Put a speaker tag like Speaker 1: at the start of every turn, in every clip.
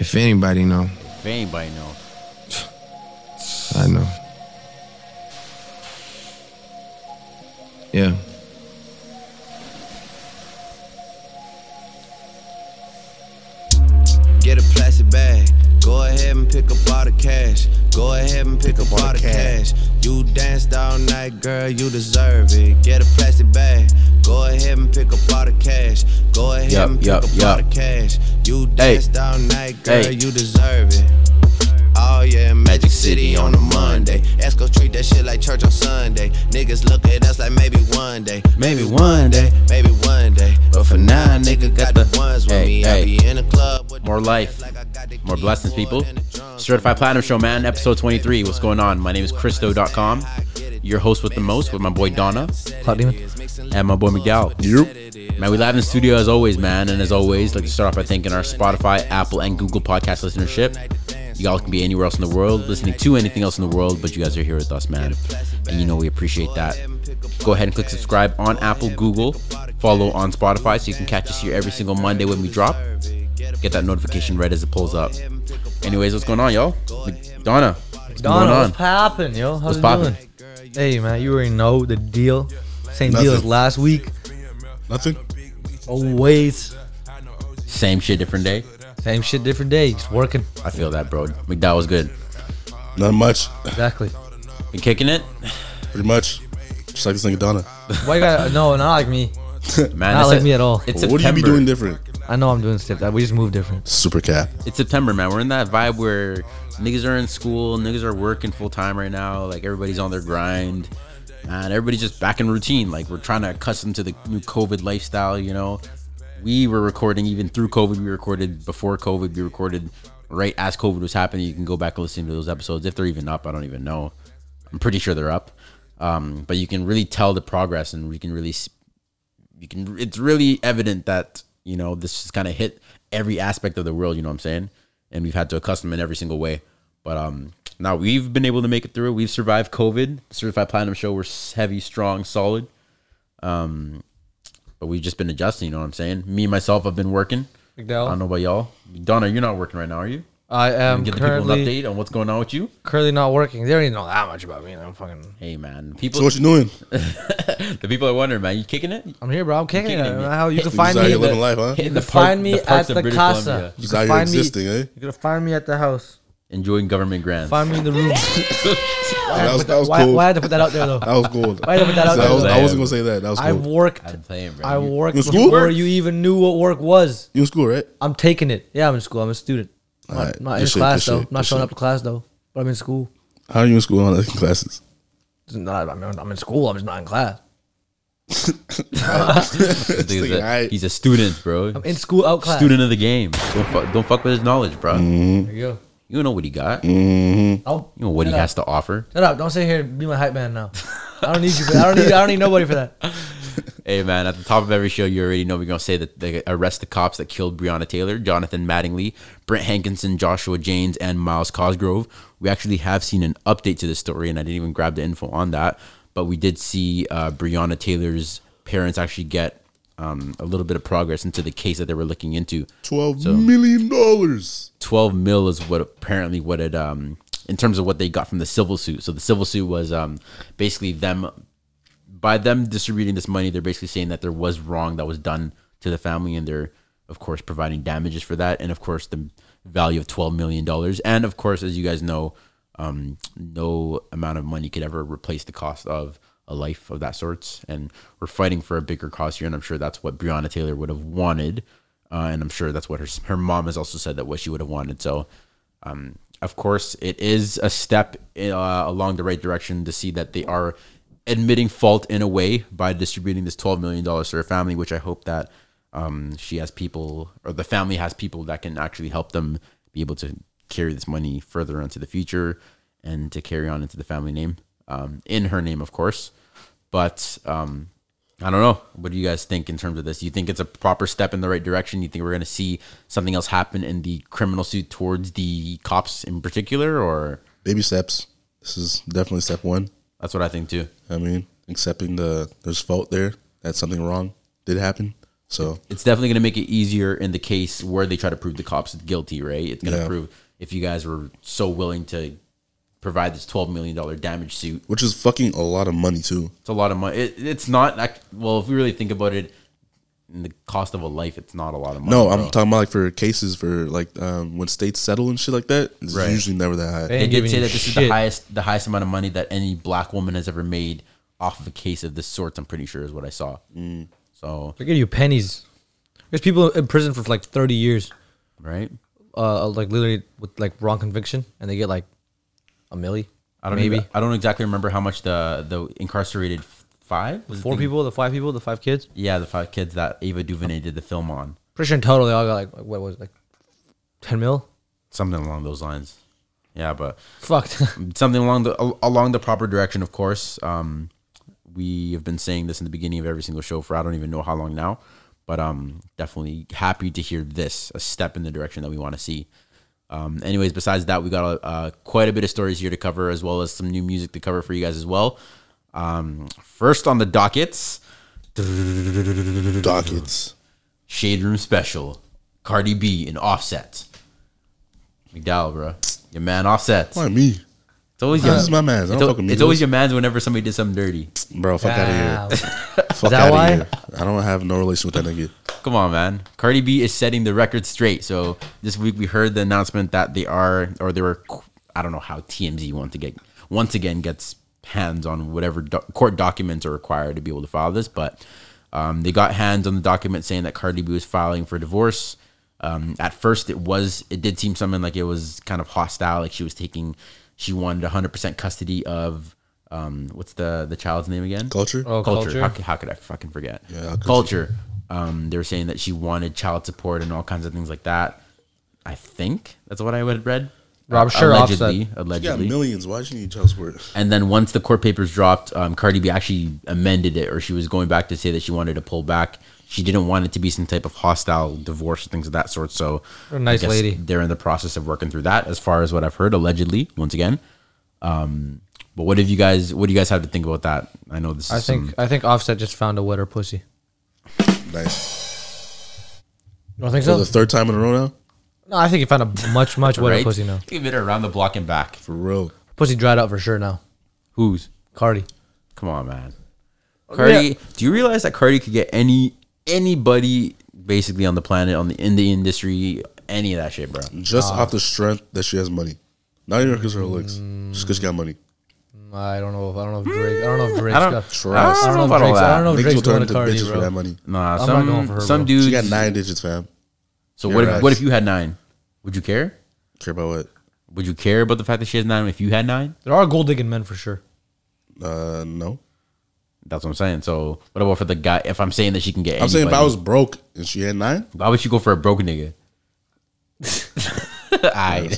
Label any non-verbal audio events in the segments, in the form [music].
Speaker 1: If anybody know,
Speaker 2: If anybody know.
Speaker 1: I know. Yeah. Get a plastic bag. Go ahead and pick up all the cash. Go ahead and pick, up, all the cash. You danced all night, girl. You deserve it. Get a plastic bag. Go ahead and pick up all the cash. Go ahead
Speaker 2: Yup,
Speaker 1: and pick
Speaker 2: yup,
Speaker 1: up all
Speaker 2: yup.
Speaker 1: the cash. You
Speaker 2: Hey.
Speaker 1: danced all night, girl.
Speaker 2: Hey.
Speaker 1: You deserve it. Oh yeah, Magic City on a Monday. Esco treat that shit like church on Sunday. Niggas look at us like maybe one day, maybe one day, maybe one day. But for now, nigga got the ones with
Speaker 2: Hey,
Speaker 1: me. I
Speaker 2: hey.
Speaker 1: be in the club with the
Speaker 2: More life,
Speaker 1: bands like I got the
Speaker 2: more blessings,
Speaker 1: keyboard
Speaker 2: people.
Speaker 1: and the drums.
Speaker 2: Certified Platinum Show, man, episode 23. What's going on? My name is Christo.com, your host with the most, with my boy Donna
Speaker 3: Cloud Demon.
Speaker 2: and my boy McDowell. Yep. Man, we live in the studio as always, man. And as always, like to start off by thanking our Spotify, Apple, and Google podcast listenership. You all can be anywhere else in the world, listening to anything else in the world, but you guys are here with us, man. And you know we appreciate that. Go ahead and click subscribe on Apple, Google, follow on Spotify so you can catch us here every single Monday when we drop. Get that notification read as it pulls up. Anyways, what's going on, y'all? Donna, what's going
Speaker 3: Donna,
Speaker 2: on?
Speaker 3: what's poppin', yo? How's
Speaker 2: What's
Speaker 3: it
Speaker 2: poppin'?
Speaker 3: doing? Hey, man, you already know the deal. Same deal as
Speaker 4: Nothing.
Speaker 3: last week.
Speaker 4: Nothing.
Speaker 3: Always.
Speaker 2: Same shit, different day.
Speaker 3: Same shit, different day. Just working.
Speaker 2: I feel that, bro. McDowell was good.
Speaker 4: Not much.
Speaker 3: Exactly.
Speaker 2: Been kicking it,
Speaker 4: Pretty much. Just like this nigga Donna.
Speaker 3: Why you got no, not like me.
Speaker 2: man.
Speaker 3: Not
Speaker 2: it's
Speaker 3: like
Speaker 2: a-
Speaker 3: me at all.
Speaker 2: It's
Speaker 4: what do you
Speaker 2: September.
Speaker 4: be doing different?
Speaker 3: I know I'm doing stuff that we just move different.
Speaker 4: Super cat.
Speaker 2: It's September, man. We're in that vibe where niggas are in school, niggas are working full time right now. Like everybody's on their grind, and everybody's just back in routine. Like we're trying to accustom to the new COVID lifestyle. You know, we were recording even through COVID. We recorded before COVID. We recorded right as COVID was happening. You can go back and listen to those episodes if they're even up. I don't even know. I'm pretty sure they're up. Um, but you can really tell the progress, and we can really s- you can it's really evident that you know this has kind of hit every aspect of the world you know what i'm saying and we've had to accustom in every single way but um now we've been able to make it through we've survived covid certified platinum show we're s- heavy strong solid um but we've just been adjusting you know what i'm saying me myself i've been working i don't
Speaker 3: McDowell.
Speaker 2: know about y'all donna you're not working right now are you
Speaker 3: I am
Speaker 2: give the people an
Speaker 3: currently
Speaker 2: update on what's going on with you
Speaker 3: currently not working. They already know that much about me. I'm fucking.
Speaker 2: hey man people
Speaker 4: So what you doing?
Speaker 2: the people are wondering man you kicking it
Speaker 3: I'm here, bro. I'm kicking it.
Speaker 2: kicking it, man.
Speaker 3: How you can
Speaker 4: You
Speaker 3: find
Speaker 4: just out
Speaker 3: me?
Speaker 4: here
Speaker 3: in
Speaker 4: living
Speaker 3: the-
Speaker 4: life, huh?
Speaker 2: Hitting
Speaker 3: You can
Speaker 2: the park-
Speaker 3: find me
Speaker 2: the parks
Speaker 3: at
Speaker 2: of
Speaker 3: the
Speaker 2: British
Speaker 3: casa.
Speaker 2: Columbia.
Speaker 3: You
Speaker 4: Just out
Speaker 3: can
Speaker 4: here
Speaker 3: find me.
Speaker 4: existing, eh?
Speaker 3: You're gonna find me at the house.
Speaker 2: enjoying government grants
Speaker 3: Find me in the
Speaker 2: [laughs]
Speaker 3: room.
Speaker 4: That was, that was
Speaker 3: Why,
Speaker 4: cool.
Speaker 3: why I had to put that out there though?
Speaker 4: that was
Speaker 3: [laughs]
Speaker 4: gold.
Speaker 3: Why did I put that out
Speaker 4: I, was,
Speaker 2: there?
Speaker 4: I wasn't gonna say that. That was
Speaker 3: I
Speaker 4: cool.
Speaker 3: worked.
Speaker 2: I'm playing, bro.
Speaker 3: I
Speaker 2: You-
Speaker 3: worked
Speaker 4: in school?
Speaker 3: before you even knew what work was.
Speaker 4: You in school, right?
Speaker 3: I'm taking it. Yeah, I'm in school. I'm a student. I'm not,
Speaker 4: Alright,
Speaker 3: not
Speaker 4: good
Speaker 3: in
Speaker 4: shit,
Speaker 3: class
Speaker 4: good
Speaker 3: though.
Speaker 4: shit,
Speaker 3: I'm not
Speaker 4: good
Speaker 3: showing
Speaker 4: shit.
Speaker 3: up to class though. But I'm in school.
Speaker 4: How are you in school on other classes?
Speaker 3: It's Not, I mean, I'm in school. I'm just not in class.
Speaker 2: This dude's
Speaker 4: Like,
Speaker 2: a-
Speaker 4: alright.
Speaker 2: He's a student, bro.
Speaker 3: I'm in school out class.
Speaker 2: student of the game. Don't fuck, don't fuck with his knowledge, bro.
Speaker 3: There you go.
Speaker 2: You know what he got.
Speaker 3: Oh,
Speaker 2: You know what he
Speaker 3: shut up.
Speaker 2: has to offer.
Speaker 3: Shut up! Don't sit here and be my hype man now. I don't need you. For that. I don't need. I don't need nobody for
Speaker 4: [laughs]
Speaker 3: that.
Speaker 2: Hey, man, at the top of every show, you already know we're going to say that they arrest the cops that killed Breonna Taylor, Jonathan Mattingly, Brent Hankinson, Joshua Janes, and Miles Cosgrove. We actually have seen an update to this story, and I didn't even grab the info on that. But we did see uh, Breonna Taylor's parents actually get um, a little bit of progress into the case that they were looking into.
Speaker 4: Twelve million dollars.
Speaker 2: 12 mil is what apparently what it um in terms of what they got from the civil suit so the civil suit was um basically them by them distributing this money they're basically saying that there was wrong that was done to the family and they're of course providing damages for that and of course the value of 12 million dollars and of course as you guys know um no amount of money could ever replace the cost of a life of that sorts and we're fighting for a bigger cause here and i'm sure that's what breonna taylor would have wanted uh, and I'm sure that's what her her mom has also said that what she would have wanted. So, um, of course, it is a step uh, along the right direction to see that they are admitting fault in a way by distributing this twelve million dollars to her family, which I hope that um, she has people or the family has people that can actually help them be able to carry this money further into the future and to carry on into the family name um, in her name, of course. But um, I don't know. What do you guys think in terms of this? You think it's a proper step in the right direction? You think we're going to see something else happen in the criminal suit towards the cops in particular, or
Speaker 4: Baby steps. This is definitely step one.
Speaker 2: that's what I think too.
Speaker 4: I mean, accepting the there's fault there that something wrong did happen. So
Speaker 2: it's definitely going to make it easier in the case where they try to prove the cops guilty, right? It's going to
Speaker 4: Yeah.
Speaker 2: prove if you guys were so willing to provide this twelve million dollar damage suit.
Speaker 4: which is fucking a lot of money too.
Speaker 2: It's a lot of money. It, it's not. ac- Well, if we really think about it, in the cost of a life, it's not a lot of money.
Speaker 4: No,
Speaker 2: bro.
Speaker 4: I'm talking about like for cases for like um, when states settle and shit like that. It's
Speaker 2: Right.
Speaker 4: usually never that high.
Speaker 3: They
Speaker 2: They
Speaker 3: ain't
Speaker 2: did
Speaker 3: giving
Speaker 2: say
Speaker 3: you
Speaker 2: that this is the
Speaker 3: shit.
Speaker 2: highest, the highest amount of money that any black woman has ever made off of a case of this sort. I'm pretty sure is what I saw. So
Speaker 3: They're giving you pennies. There's people in prison for like 30 years,
Speaker 2: right,
Speaker 3: uh, like literally with like wrong conviction, and they get like a milli.
Speaker 2: I don't
Speaker 3: maybe
Speaker 2: even- I don't exactly remember how much the the incarcerated f- five was it
Speaker 3: four
Speaker 2: the-
Speaker 3: people, the five people, the five kids.
Speaker 2: Yeah, the five kids that Ava DuVernay did the film on,
Speaker 3: Pretty sure in total they all got like what was it, like 10 mil.
Speaker 2: something along those lines. Yeah, but
Speaker 4: [laughs]
Speaker 3: Fucked.
Speaker 2: something along the al- along the proper direction, of course. Um, we have been saying this in the beginning of every single show for I don't even know how long now, but um, definitely happy to hear this a step in the direction that we want to see. Um, anyways, besides that, we got uh, quite a bit of stories here to cover, as well as some new music to cover for you guys as well. Um, first on the dockets,
Speaker 4: [laughs] Dockets.
Speaker 2: Shade Room Special, Cardi B and Offset. McDowell, bro, your man Offset.
Speaker 4: Why me,
Speaker 2: It's always
Speaker 4: Nah,
Speaker 2: your,
Speaker 4: this is my man's. I
Speaker 2: It's,
Speaker 4: don't
Speaker 2: al-
Speaker 4: fuck with
Speaker 2: it's
Speaker 4: Migos.
Speaker 2: always your man's whenever somebody did something dirty.
Speaker 4: bro? Fuck out of here. Fuck
Speaker 3: that
Speaker 4: out
Speaker 3: why?
Speaker 4: of here. I don't have no relation with that nigga.
Speaker 2: Come on, man. Cardi B is setting the record straight. So this week we heard the announcement that they are, or they were, I don't know how TMZ want to get once again gets hands on whatever doc- court documents are required to be able to file this, but um, they got hands on the document saying that Cardi B was filing for divorce. Um, at first, it was it did seem something like it was kind of hostile, like she was taking, she wanted 100% custody of um, what's the the child's name again?
Speaker 4: Culture.
Speaker 3: Oh,
Speaker 2: culture.
Speaker 3: culture.
Speaker 2: How, c- how could I fucking forget?
Speaker 4: how could you?
Speaker 2: culture. Um, they were saying that she wanted child support and all kinds of things like that. I think that's what I would have read. Uh,
Speaker 3: Rob, sure,
Speaker 2: allegedly,
Speaker 4: You got
Speaker 2: allegedly.
Speaker 4: millions. Why do you need child support?
Speaker 2: and then once the court papers dropped, um, Cardi B actually amended it, or she was going back to say that she wanted to pull back. She didn't want it to be some type of hostile divorce, things of that sort. So,
Speaker 3: A nice
Speaker 2: I guess
Speaker 3: lady.
Speaker 2: They're in the process of working through that, as far as what I've heard, allegedly. Once again, um, but what have you guys? What do you guys have to think about that? I know this.
Speaker 3: I
Speaker 2: is
Speaker 3: think
Speaker 2: some-
Speaker 3: I think Offset just found a wetter pussy.
Speaker 4: Nice.
Speaker 3: You don't think
Speaker 4: For
Speaker 3: so?
Speaker 4: the third time in a row now.
Speaker 3: No, I think he found a much much wetter
Speaker 2: right?
Speaker 3: pussy now.
Speaker 2: Give it around the block and back.
Speaker 4: For real.
Speaker 3: Pussy dried out for sure now.
Speaker 2: Who's?
Speaker 3: Cardi.
Speaker 2: Come on, man.
Speaker 4: Oh,
Speaker 2: Cardi,
Speaker 3: yeah.
Speaker 2: do you realize that Cardi could get any anybody basically on the planet, on the in the industry, any of that shit, bro?
Speaker 4: Just off the strength that she has money. Not even because of her looks. Just because she got money.
Speaker 3: Mm, I don't know if I don't know if Drake. I don't know if Drake's
Speaker 2: don't-
Speaker 3: got.
Speaker 4: Trust.
Speaker 3: I don't know
Speaker 2: about
Speaker 3: if
Speaker 2: all
Speaker 3: Drake's. I don't
Speaker 2: that.
Speaker 3: know if
Speaker 4: Niggas
Speaker 3: Oh, Drake's
Speaker 4: will turn
Speaker 3: going to
Speaker 4: into
Speaker 3: Cardi,
Speaker 4: bitches for that
Speaker 3: bro.
Speaker 4: money.
Speaker 2: Nah,
Speaker 3: not
Speaker 2: some
Speaker 3: going for her,
Speaker 2: some
Speaker 3: bro.
Speaker 2: dudes.
Speaker 4: She got nine digits, fam.
Speaker 2: so what if
Speaker 4: You're
Speaker 2: what
Speaker 4: right.
Speaker 2: if you had nine? Would you care?
Speaker 4: Care about what?
Speaker 2: Would you care about the fact that she has nine? If you had nine,
Speaker 3: There are gold digging men for sure.
Speaker 4: Uh, no.
Speaker 2: that's what I'm saying. So what about for the guy? If I'm saying that she can get,
Speaker 4: I'm saying if I was
Speaker 2: anybody,
Speaker 4: broke and she had nine,
Speaker 2: why would you go for a broke nigga? I.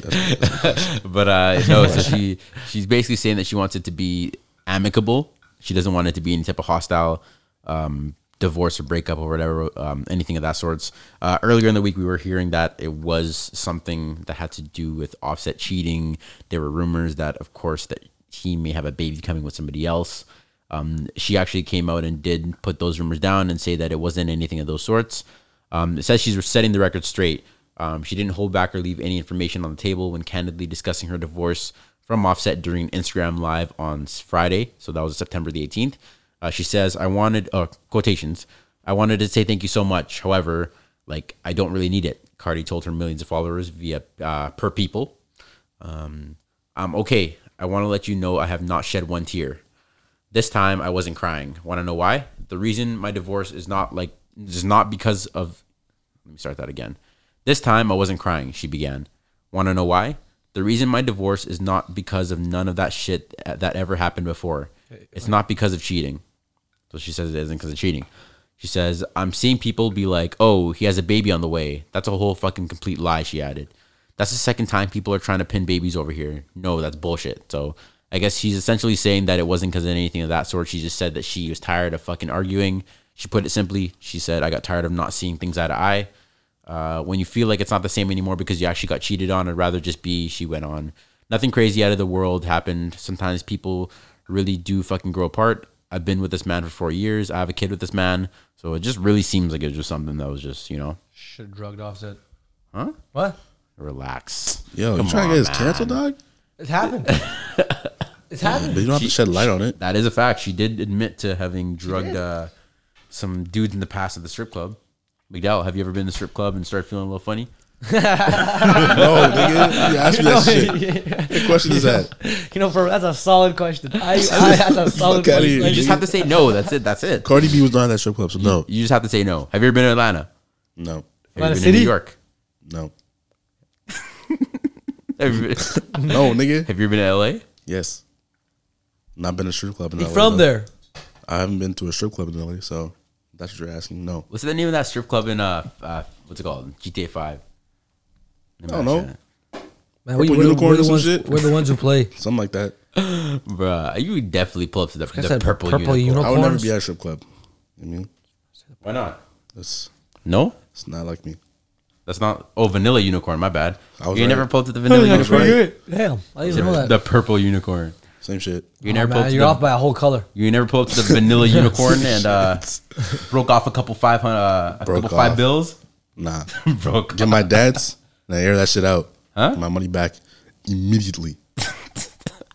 Speaker 2: but uh no so she she's basically saying that she wants it to be amicable she doesn't want it to be any type of hostile um divorce or breakup or whatever um anything of that sorts uh earlier in the week we were hearing that it was something that had to do with offset cheating there were rumors that of course that he may have a baby coming with somebody else um she actually came out and did put those rumors down and say that it wasn't anything of those sorts um, it says she's setting the record straight. Um, she didn't hold back or leave any information on the table when candidly discussing her divorce from Offset during an Instagram Live on s- Friday. So that was September the 18th. Uh, she says, I wanted, uh, quotations, I wanted to say thank you so much. However, like, I don't really need it. Cardi told her millions of followers via uh, per people. Um, I'm okay. I want to let you know I have not shed one tear. This time I wasn't crying. Want to know why? The reason my divorce is not like is not because of let me start that again. This time I wasn't crying, she began. Want to know why? The reason my divorce is not because of none of that shit that ever happened before. It's not because of cheating. So she says it isn't because of cheating. She says, I'm seeing people be like, oh, he has a baby on the way. That's a whole fucking complete lie, she added. That's the second time people are trying to pin babies over here. No, that's bullshit. So I guess she's essentially saying that it wasn't because of anything of that sort. She just said that she was tired of fucking arguing. She put it simply. She said, I got tired of not seeing things eye to eye. Uh, when you feel like it's not the same anymore because you actually got cheated on, I'd rather just be, she went on. Nothing crazy out of the world happened. Sometimes people really do fucking grow apart. I I've been with this man for four years. I have a kid with this man. So it just really seems like it was just something that was just, you know,
Speaker 3: Should have drugged offset.
Speaker 2: huh?
Speaker 3: What?
Speaker 2: Relax.
Speaker 4: Yo,
Speaker 2: Come
Speaker 4: you trying to get this
Speaker 2: on,
Speaker 4: canceled,
Speaker 2: man.
Speaker 4: dog?
Speaker 3: It's
Speaker 4: [laughs]
Speaker 3: happened. it's
Speaker 4: But
Speaker 3: happened.
Speaker 4: you don't have to
Speaker 2: She-
Speaker 4: shed light on it.
Speaker 2: That is a fact. She did admit to having drugged uh, some dudes in the past at the strip club. McDowell, have you ever been in the strip club and started feeling a little funny?
Speaker 4: [laughs] No, nigga. [laughs] You asked me that shit. What question is that?
Speaker 3: You know, for that's a solid question. I,
Speaker 4: [laughs]
Speaker 3: I that's a solid
Speaker 4: Fuck outta
Speaker 3: question.
Speaker 4: here,
Speaker 2: You just have to say no. That's it. That's it.
Speaker 4: Cardi B was not at that strip club, so no.
Speaker 2: You just have to say no. Have you ever been in Atlanta?
Speaker 4: No.
Speaker 2: Have you
Speaker 3: Atlanta
Speaker 2: been
Speaker 3: City?
Speaker 2: in New York?
Speaker 4: No.
Speaker 2: Have you been, [laughs]
Speaker 4: No, nigga.
Speaker 2: have you ever been in LA?
Speaker 4: Yes. Not been to a strip club in
Speaker 3: He
Speaker 4: LA,
Speaker 3: from
Speaker 4: though.
Speaker 3: there.
Speaker 4: I haven't been to a strip club in LA, so that's what you're asking. No.
Speaker 2: What's the name of that strip club in uh, uh what's it called? GTA Five. I
Speaker 4: don't know.
Speaker 3: Man,
Speaker 4: Purple unicorn
Speaker 3: the
Speaker 4: or some
Speaker 3: ones,
Speaker 4: shit?
Speaker 3: we're the ones who play.
Speaker 4: Something like that.
Speaker 2: Bruh, you would definitely pull up to the, the
Speaker 3: said
Speaker 2: purple,
Speaker 3: purple
Speaker 2: unicorn.
Speaker 4: I would never
Speaker 3: Unicorns?
Speaker 4: be at a strip club. I mean,
Speaker 2: Why not?
Speaker 4: it's
Speaker 2: No,
Speaker 4: it's not like me.
Speaker 2: that's not. Oh, vanilla unicorn. My bad.
Speaker 4: I was
Speaker 2: you
Speaker 4: right.
Speaker 2: never pulled up to the vanilla
Speaker 4: I was
Speaker 2: unicorn.
Speaker 4: right.
Speaker 3: [laughs] Damn, I didn't even know that.
Speaker 2: The purple unicorn.
Speaker 4: Same shit.
Speaker 2: You
Speaker 3: Oh,
Speaker 2: never
Speaker 3: man,
Speaker 2: pulled. up to
Speaker 3: you're
Speaker 2: the-
Speaker 3: off by a whole color.
Speaker 2: You never pulled up to
Speaker 3: [laughs]
Speaker 2: the vanilla unicorn and
Speaker 4: [laughs]
Speaker 2: uh, broke off a couple five hundred, uh, a
Speaker 4: Broke
Speaker 2: couple five
Speaker 4: off.
Speaker 2: bills.
Speaker 4: Nah. [laughs]
Speaker 2: broke.
Speaker 4: Get my dad's and I air that shit out.
Speaker 2: Huh?
Speaker 4: My money back [laughs] immediately.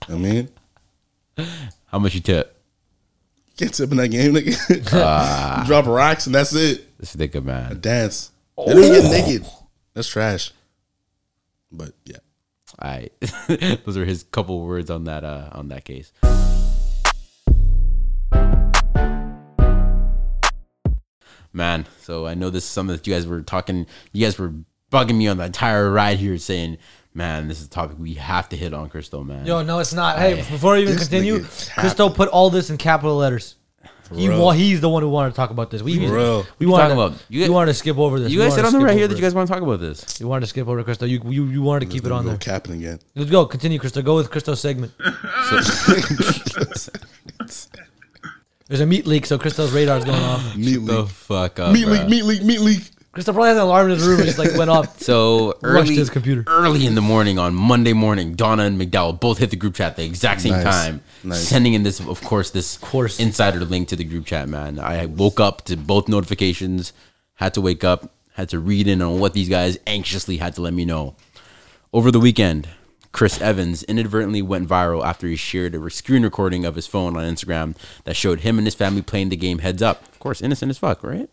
Speaker 4: I mean,
Speaker 2: How much you tip?
Speaker 4: can't tip in that game, nigga.
Speaker 2: Ah.
Speaker 4: [laughs] Drop rocks and that's it.
Speaker 2: This nigga man.
Speaker 4: Dance. They don't
Speaker 2: Oh.
Speaker 4: even get naked. That's trash. But yeah.
Speaker 2: I. [laughs] Those are his couple words on that uh, on that case. Man, so I know this is something that you guys were talking. You guys were bugging me on the entire ride here, saying, "Man, this is a topic we have to hit on, Crystal." Man,
Speaker 3: Yo, no, it's not. Hey, before I even
Speaker 4: This
Speaker 3: continue,
Speaker 4: nigga tapped.
Speaker 3: Christo put all this in capital letters. He
Speaker 4: real.
Speaker 3: wa- he's the one who wanted to talk about this. We
Speaker 4: For real.
Speaker 3: we
Speaker 2: What you
Speaker 3: wanted
Speaker 2: talking
Speaker 3: to,
Speaker 2: about? You
Speaker 3: you,
Speaker 2: guys-
Speaker 3: wanted to skip over this.
Speaker 2: you
Speaker 3: We
Speaker 2: guys said
Speaker 3: wanted
Speaker 2: on
Speaker 3: to
Speaker 2: the
Speaker 3: skip
Speaker 2: right here
Speaker 3: over
Speaker 2: that
Speaker 3: it.
Speaker 2: you guys want to talk about this.
Speaker 3: you wanted to skip over Christo. You you you wanted to keep it on
Speaker 4: No
Speaker 3: there.
Speaker 4: capping again.
Speaker 3: Let's go. Continue, Christo. Go with Christo's
Speaker 4: [laughs]
Speaker 3: segment. [laughs] There's a meat leak, so Christo's radar's going off.
Speaker 4: Meat
Speaker 2: The
Speaker 4: leak.
Speaker 2: fuck up,
Speaker 4: Meat
Speaker 2: bruh.
Speaker 4: leak, meat leak, meat leak.
Speaker 3: Christo probably has an alarm in his room. It just like went off. [laughs]
Speaker 2: So
Speaker 3: Rushed
Speaker 2: early,
Speaker 3: his computer.
Speaker 2: early in the morning on Monday morning, Donna and McDowell both hit the group chat at the exact same
Speaker 4: Nice.
Speaker 2: time,
Speaker 4: Nice.
Speaker 2: sending in this, of course, this
Speaker 3: course.
Speaker 2: insider link to the group chat. Man, I woke up to both notifications, had to wake up, had to read in on what these guys anxiously had to let me know. Over the weekend, Chris Evans inadvertently went viral after he shared a screen recording of his phone on Instagram that showed him and his family playing the game Heads Up. Of course, innocent as fuck, right?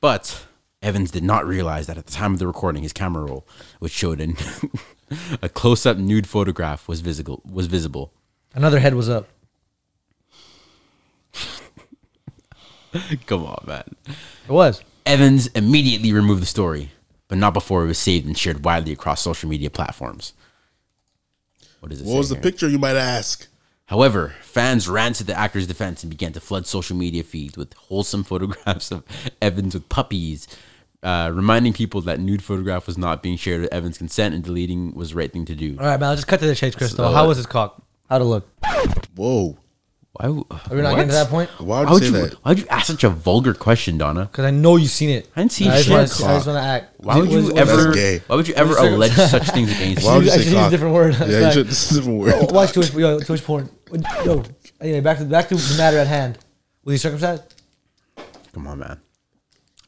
Speaker 2: But Evans did not realize that at the time of the recording, his camera roll, which showed an, [laughs] a close-up nude photograph, was visible. Was visible.
Speaker 3: Another head was up.
Speaker 2: Come on, man.
Speaker 3: It was.
Speaker 2: Evans immediately removed the story, but not before it was saved and shared widely across social media platforms. What is it?
Speaker 4: What was
Speaker 2: say
Speaker 4: the
Speaker 2: here?
Speaker 4: picture, you might ask?
Speaker 2: However, fans ran to the actor's defense and began to flood social media feeds with wholesome [laughs] photographs of Evans with puppies, uh, reminding people that nude photograph was not being shared with Evans' consent and deleting was the right thing to do.
Speaker 3: All right, man. Let's just cut to the chase, Christo.
Speaker 2: So-
Speaker 3: How was his cock? How'd it look?
Speaker 4: Whoa.
Speaker 2: Why? w-
Speaker 3: Are we not
Speaker 2: what?
Speaker 3: getting to that point?
Speaker 4: Why
Speaker 2: Why
Speaker 4: would
Speaker 2: would
Speaker 4: you say
Speaker 3: [laughs]
Speaker 2: you?
Speaker 4: that?
Speaker 2: Why'd you ask such a vulgar question, Donna?
Speaker 3: Because I know you've seen it.
Speaker 2: I didn't see
Speaker 3: I just
Speaker 2: shit.
Speaker 3: wanna- I just want to act.
Speaker 2: Why would you
Speaker 3: What-
Speaker 2: [laughs]
Speaker 4: That's
Speaker 2: ever?
Speaker 4: gay.
Speaker 2: Why would you ever
Speaker 3: What's-
Speaker 2: allege such
Speaker 3: [laughs]
Speaker 2: things against
Speaker 4: Why
Speaker 2: you?
Speaker 4: would you
Speaker 3: I
Speaker 4: say
Speaker 3: should use
Speaker 4: cock?
Speaker 3: a different word.
Speaker 4: Yeah, you
Speaker 3: Sorry.
Speaker 4: should. [laughs] This is a different word.
Speaker 3: Oh, Watch Twitch, yo, Twitch porn. Yo, anyway, back to back to the matter at hand. Was he circumcised?
Speaker 2: Come on, man.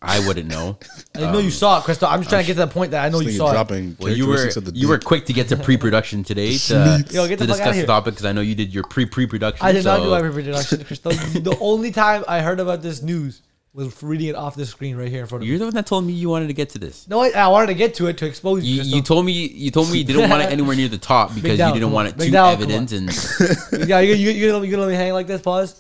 Speaker 2: I wouldn't
Speaker 4: [laughs]
Speaker 2: know.
Speaker 3: I didn't know you saw it, Crystal. I'm just trying to get to that point that I know
Speaker 4: This
Speaker 3: you
Speaker 4: [laughs] nigga
Speaker 3: saw it.
Speaker 4: dropping
Speaker 2: Well, you were
Speaker 4: characteristics of the
Speaker 2: you were
Speaker 4: dick.
Speaker 2: quick to get
Speaker 3: [laughs]
Speaker 2: to pre-production today to,
Speaker 3: Yo, get the fuck
Speaker 2: to
Speaker 3: outta
Speaker 2: discuss the
Speaker 3: here.
Speaker 2: topic because I know you did your pre-pre-production.
Speaker 3: I did not
Speaker 2: so-
Speaker 3: do every production, Crystal. the only time I heard about this news was reading it off the screen right here in front of me.
Speaker 2: You're the one that told me you wanted to get to this.
Speaker 3: No, I, I wanted to get to it to expose you.
Speaker 2: You, you
Speaker 3: Crystal.
Speaker 2: told me you told me you
Speaker 3: [laughs]
Speaker 2: didn't want it anywhere near the top because
Speaker 3: McDowell,
Speaker 2: you didn't
Speaker 3: come
Speaker 2: want
Speaker 3: on.
Speaker 2: it too
Speaker 3: McDowell, come
Speaker 2: evident.
Speaker 3: [laughs]
Speaker 2: And
Speaker 3: yeah, you you you gonna, you gonna let me hang like this? Pause.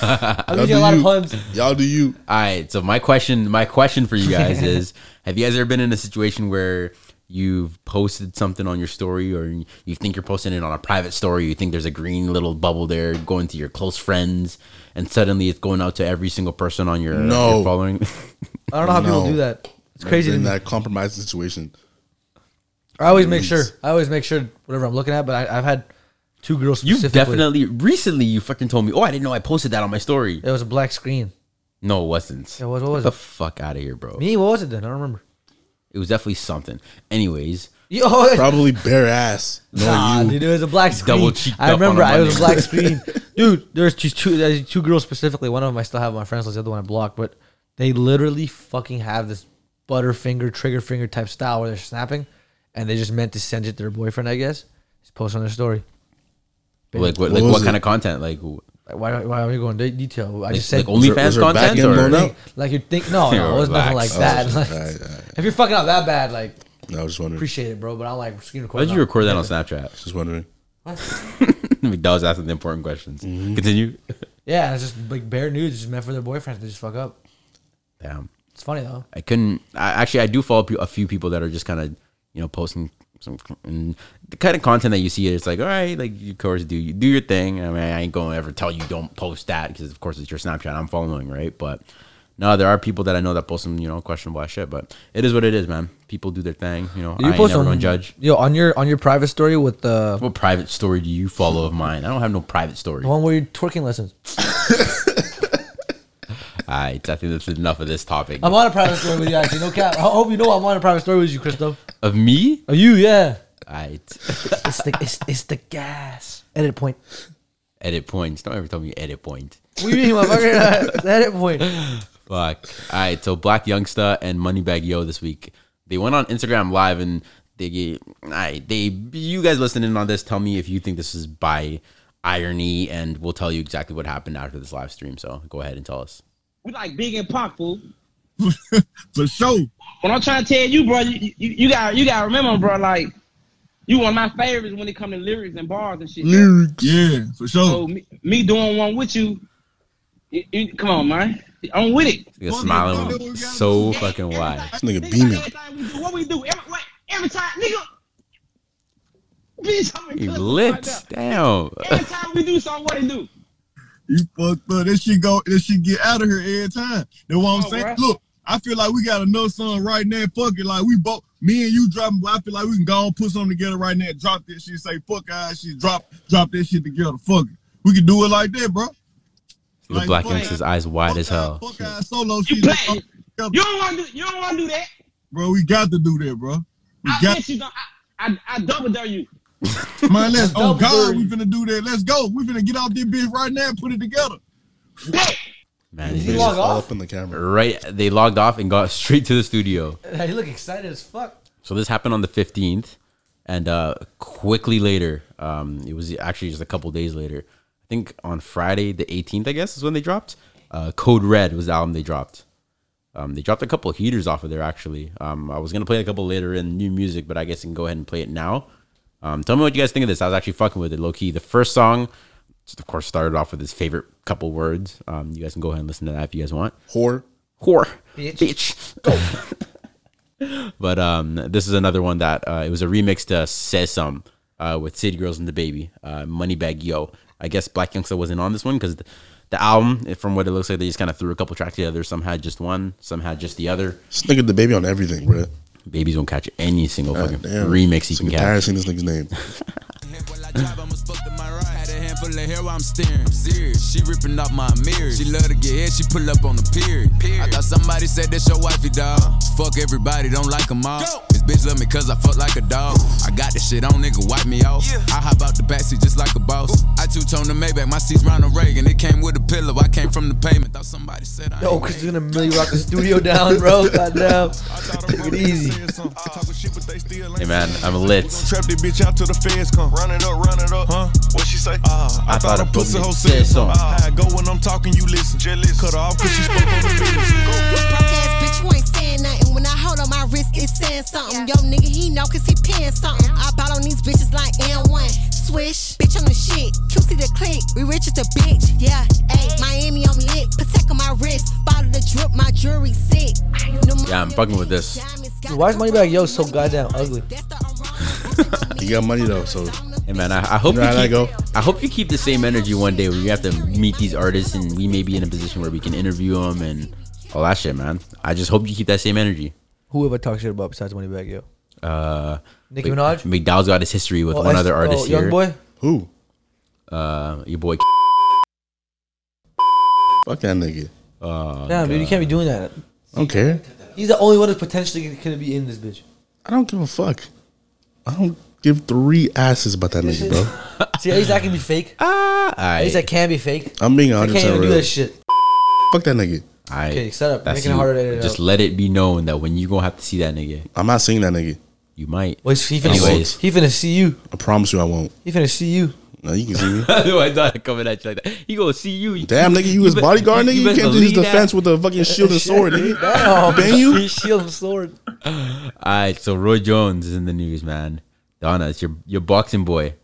Speaker 3: I'm
Speaker 4: Y'all
Speaker 3: using a
Speaker 4: do
Speaker 3: lot
Speaker 4: you.
Speaker 3: of puns.
Speaker 4: Y'all do you.
Speaker 2: all right, so my question my
Speaker 3: [laughs]
Speaker 2: question for you guys is: Have you guys ever been in a situation where you've posted something on your story, or you think you're posting it on a private story? You think there's a green little bubble there going to your close friends, and suddenly it's going out to every single person on your,
Speaker 4: No.
Speaker 2: your following. [laughs]
Speaker 3: I don't know how people
Speaker 4: No.
Speaker 3: do that. It's crazy to
Speaker 4: in
Speaker 3: me.
Speaker 4: that compromised situation.
Speaker 3: I always make sure.
Speaker 4: Please.
Speaker 3: I always make sure whatever I'm looking at. But I, I've had two girls
Speaker 2: You
Speaker 3: specifically.
Speaker 2: definitely recently you fucking told me, oh, I didn't know I posted that on my story.
Speaker 3: It was a black screen.
Speaker 2: No, it wasn't.
Speaker 3: Yeah, what- what was
Speaker 2: Get
Speaker 3: it?
Speaker 2: the fuck out of here, bro.
Speaker 3: Me? What was it then? I don't remember.
Speaker 2: It was definitely something. Anyways,
Speaker 3: Yo, [laughs]
Speaker 4: Probably bare ass. Knowing
Speaker 3: Nah,
Speaker 4: you.
Speaker 3: dude, it was a black screen.
Speaker 2: Double cheeked
Speaker 3: I
Speaker 2: up
Speaker 3: remember
Speaker 2: on a
Speaker 3: I was a
Speaker 2: Monday.
Speaker 3: black
Speaker 2: [laughs]
Speaker 3: screen, dude. There's two, two, there's two girls specifically. One of them I still have on my friends list. The other one I blocked, but they literally fucking have this butterfinger, trigger finger type style where they're snapping, and they just meant to send it to their boyfriend. I guess just post on their story.
Speaker 2: Like what?
Speaker 4: What
Speaker 2: Like what,
Speaker 4: was it?
Speaker 2: kind of content? Like who?
Speaker 3: Like, why, why are we going into detail? I
Speaker 2: Like,
Speaker 3: just said
Speaker 2: like only- OnlyFans
Speaker 4: Was her- was her
Speaker 2: content
Speaker 4: back end
Speaker 2: or-
Speaker 4: blown out?
Speaker 3: like you think no, no, it wasn't nothing like
Speaker 2: Oh. Relax.
Speaker 3: that. [laughs]
Speaker 4: Oh,
Speaker 3: Like,
Speaker 4: alright, alright.
Speaker 3: If you're fucking up that bad, like
Speaker 4: No, I was just wondering.
Speaker 3: appreciate it, bro. But I'm like screen
Speaker 2: Why
Speaker 3: recording.
Speaker 2: did you record that on Snapchat? [laughs]
Speaker 4: Just wondering.
Speaker 2: that was asking the important questions.
Speaker 4: Mm-hmm.
Speaker 2: Continue. [laughs]
Speaker 3: Yeah, it's just like bare nudes, just meant for their boyfriends to just fuck up.
Speaker 2: Damn.
Speaker 3: It's funny though.
Speaker 2: I couldn't. I, actually, I do follow pe- a few people that are just kind of, you know, posting some and the kind of content that you see. It's like, all right, like you, of course, do you do your thing. I mean, I ain't gonna ever tell you don't post that because, of course, it's your Snapchat. I'm following, right? But no, there are people that I know that post some, you know, questionable ass shit. But it is what it is, man. People do their thing. You know, I ain't never gonna judge.
Speaker 3: Yo, on your on your private story with the,
Speaker 2: What private story do you follow of mine? I don't have no private story.
Speaker 3: the one where you're twerking lessons.
Speaker 2: I, I think that's enough of this topic.
Speaker 3: I'm on a private story with you, actually. No cap. I hope you know I'm on a private story with you, Christo.
Speaker 2: Of me,
Speaker 3: Oh, you? Yeah.
Speaker 2: I
Speaker 3: It's the it's, it's the gas. Edit point.
Speaker 2: edit points. Don't ever tell me edit point.
Speaker 3: What do you mean, motherfucker? It's the [laughs] edit point.
Speaker 2: Fuck. All right, so Black Youngsta and Moneybag Yo this week, they went on Instagram Live and they, all right, they, you guys listening on this, tell me if you think this is by irony, and we'll tell you exactly what happened after this live stream. So go ahead and tell us.
Speaker 5: We like big and pop, fool.
Speaker 6: [laughs] For sure.
Speaker 5: When I'm trying to tell you, bro, you, you, you got you gotta remember, bro, like you one of my favorites when it comes to lyrics and bars and shit. bro.
Speaker 6: Yeah, for
Speaker 5: So
Speaker 6: sure.
Speaker 5: me, me doing one with you, you- you- come on, man. I'm with it.
Speaker 2: This nigga smiling so fucking wide.
Speaker 4: This nigga
Speaker 5: Nigga,
Speaker 4: beaming.
Speaker 5: every time we do, what we do, every, what, every time, nigga. Bitch, I'm
Speaker 2: He
Speaker 5: cussing
Speaker 2: lit.
Speaker 5: right now.
Speaker 2: Damn.
Speaker 5: Every time we do something, what it do?
Speaker 6: You fucked up. This shit go. This shit get out of here every time. That's what I'm
Speaker 5: Oh,
Speaker 6: saying.
Speaker 5: bruh.
Speaker 6: Look, I feel like we got another song right now. Fuck it, like we both, me and you dropping. I feel like we can go on put something together right now. Drop this shit. Say fuck eyes. Shit. Drop. Drop this shit together. Fuck it. We can do it like that, bro.
Speaker 2: The Black Youngsta's eyes wide
Speaker 6: fuck
Speaker 2: as
Speaker 6: eyes-
Speaker 2: hell.
Speaker 6: Fuck eyes solo
Speaker 5: You
Speaker 6: shit.
Speaker 5: play.
Speaker 6: [laughs] Together.
Speaker 5: You don't want to. You don't want to do that.
Speaker 6: Bro, we got to do that, bro. We
Speaker 5: I
Speaker 6: got
Speaker 5: bet you don't. I, I, I double dare you.
Speaker 6: man. Let's oh
Speaker 3: Double
Speaker 6: God,
Speaker 3: dirty.
Speaker 6: we finna do that. Let's go. We finna get out this bitch right now and put it together.
Speaker 5: Bet.
Speaker 2: Man,
Speaker 3: Did he
Speaker 2: he's
Speaker 3: log
Speaker 4: All
Speaker 3: off?
Speaker 4: up in the camera.
Speaker 2: right. They logged off and got [laughs] straight to the studio.
Speaker 3: He look excited as fuck.
Speaker 2: So this happened on the 15th, and uh, quickly later, um, it was actually just a couple days later. I think on Friday the 18th, I guess, is when they dropped. Uh, Code Red was the album they dropped. Um, they dropped a couple heaters off of there actually. Um, I was gonna play a couple later in new music, but I guess I can go ahead and play it now. Um, tell me what you guys think of this. I was actually fucking with it, low key. The first song, of course, started off with his favorite couple words. Um, you guys can go ahead and listen to that if you guys want
Speaker 4: Whore.
Speaker 2: whore,
Speaker 3: Bitch.
Speaker 2: bitch. [laughs] but um, this is another one that uh, it was a remix to "Say Some" uh, with City Girls and the Baby, uh, Moneybag Yo. I guess Black Youngsta wasn't on this one because the, the album, from what it looks like, they just kind of threw a couple tracks together. Some had just one, some had just the other.
Speaker 4: This nigga the baby on everything, bro.
Speaker 2: Babies don't catch any single fucking
Speaker 4: Damn.
Speaker 2: remix he
Speaker 4: It's
Speaker 2: can catch.
Speaker 4: embarrassing. This nigga's
Speaker 2: [laughs]
Speaker 4: name.
Speaker 7: hip while I drive, I'ma spoke to my ride. Had a handful of hair while I'm steering. I'm serious. She ripping off my mirror. She love to get hit, she pull up on the period. I thought somebody said that's your wifey, dog. Fuck everybody, don't like them all. This bitch love me cause I fuck like a dog. I got this shit on, nigga, wipe me off. I hop out the backseat just like a boss. I two-tone the Maybach, my seat's Ronald Reagan. It came with a pillow, I came from the pavement. Thought somebody said I
Speaker 3: Yo,
Speaker 7: ain't
Speaker 3: Chris is gonna really rock the studio down,
Speaker 2: [laughs]
Speaker 3: bro. Goddamn. Take it easy.
Speaker 2: Hey man, I'm lit.
Speaker 8: Trap this bitch out till the feds come. Run it up, run it up. Huh? What she say? Ah, I, thought, a pussy hoe said something. Ah, I go when I'm talking, you listen. Jealous. Cut her off cause she spoke on the business. Go.
Speaker 9: Broke ass bitch, you ain't saying nothing. When I hold on my wrist, it's saying something. Yo, nigga, he know cause he paying something. I bought on these bitches like N1. Swish, bitch, I'm the shit. QC the click, we rich as a bitch. Yeah, ayy, Miami, I'm lit. Protect on my wrist. Bottle the drip, my jewelry sick.
Speaker 2: Yeah, I'm fucking with this.
Speaker 3: Why is Moneybagg Yo so goddamn ugly?
Speaker 2: [laughs]
Speaker 4: He got money though, so
Speaker 2: Hey man, I, I hope
Speaker 4: You
Speaker 2: you,
Speaker 4: know how that
Speaker 2: keep,
Speaker 4: go.
Speaker 2: I hope you keep the same energy one day when you have to meet these artists and we may be in a position where we can interview them and all that shit, man. I just hope you keep that same energy.
Speaker 3: Whoever talks shit about besides Moneybagg Yo.
Speaker 2: Uh,
Speaker 3: Nicki
Speaker 2: Mc-
Speaker 3: Minaj? Oh,
Speaker 2: McDowell's got his history with one
Speaker 3: S-
Speaker 2: other artist
Speaker 3: Young
Speaker 2: here.
Speaker 3: boy.
Speaker 4: who?
Speaker 2: Uh, your boy.
Speaker 4: Fuck that nigga.
Speaker 2: Uh,
Speaker 3: Damn, dude, you can't be doing that.
Speaker 4: I don't care.
Speaker 3: He's the only one that's potentially gonna be in this bitch.
Speaker 4: I don't give a fuck. I don't give three asses about that nigga,
Speaker 2: [laughs]
Speaker 4: bro.
Speaker 3: See, he's acting be fake.
Speaker 2: Ah, I,
Speaker 3: He's like can be fake.
Speaker 4: I'm being
Speaker 3: I
Speaker 4: 100
Speaker 3: can't even
Speaker 4: percent
Speaker 3: do
Speaker 4: real.
Speaker 3: that shit.
Speaker 4: Fuck that nigga.
Speaker 2: I
Speaker 3: Okay, set up. Making it harder to edit
Speaker 2: Just
Speaker 3: out.
Speaker 2: let it be known that when you gonna have to see that nigga,
Speaker 4: I'm not seeing that nigga.
Speaker 2: you might. [laughs]
Speaker 3: Well, he's, he finna
Speaker 2: Anyways.
Speaker 3: see, he finna see you.
Speaker 4: I promise you, I won't.
Speaker 3: He finna see you.
Speaker 4: No, you can see
Speaker 2: [laughs]
Speaker 4: me.
Speaker 2: no, I'm not coming at you like that. He gonna see you.
Speaker 4: Damn, nigga, you his
Speaker 2: bet-
Speaker 4: bodyguard, nigga. You,
Speaker 2: best
Speaker 4: can't do his
Speaker 2: believe that.
Speaker 4: defense with a
Speaker 2: [laughs]
Speaker 4: fucking shield and sword, nigga.
Speaker 3: Damn, [laughs]
Speaker 4: Damn you.
Speaker 3: His shield and sword.
Speaker 2: All right, so Roy Jones is in the news, man. Donna, it's your your boxing boy.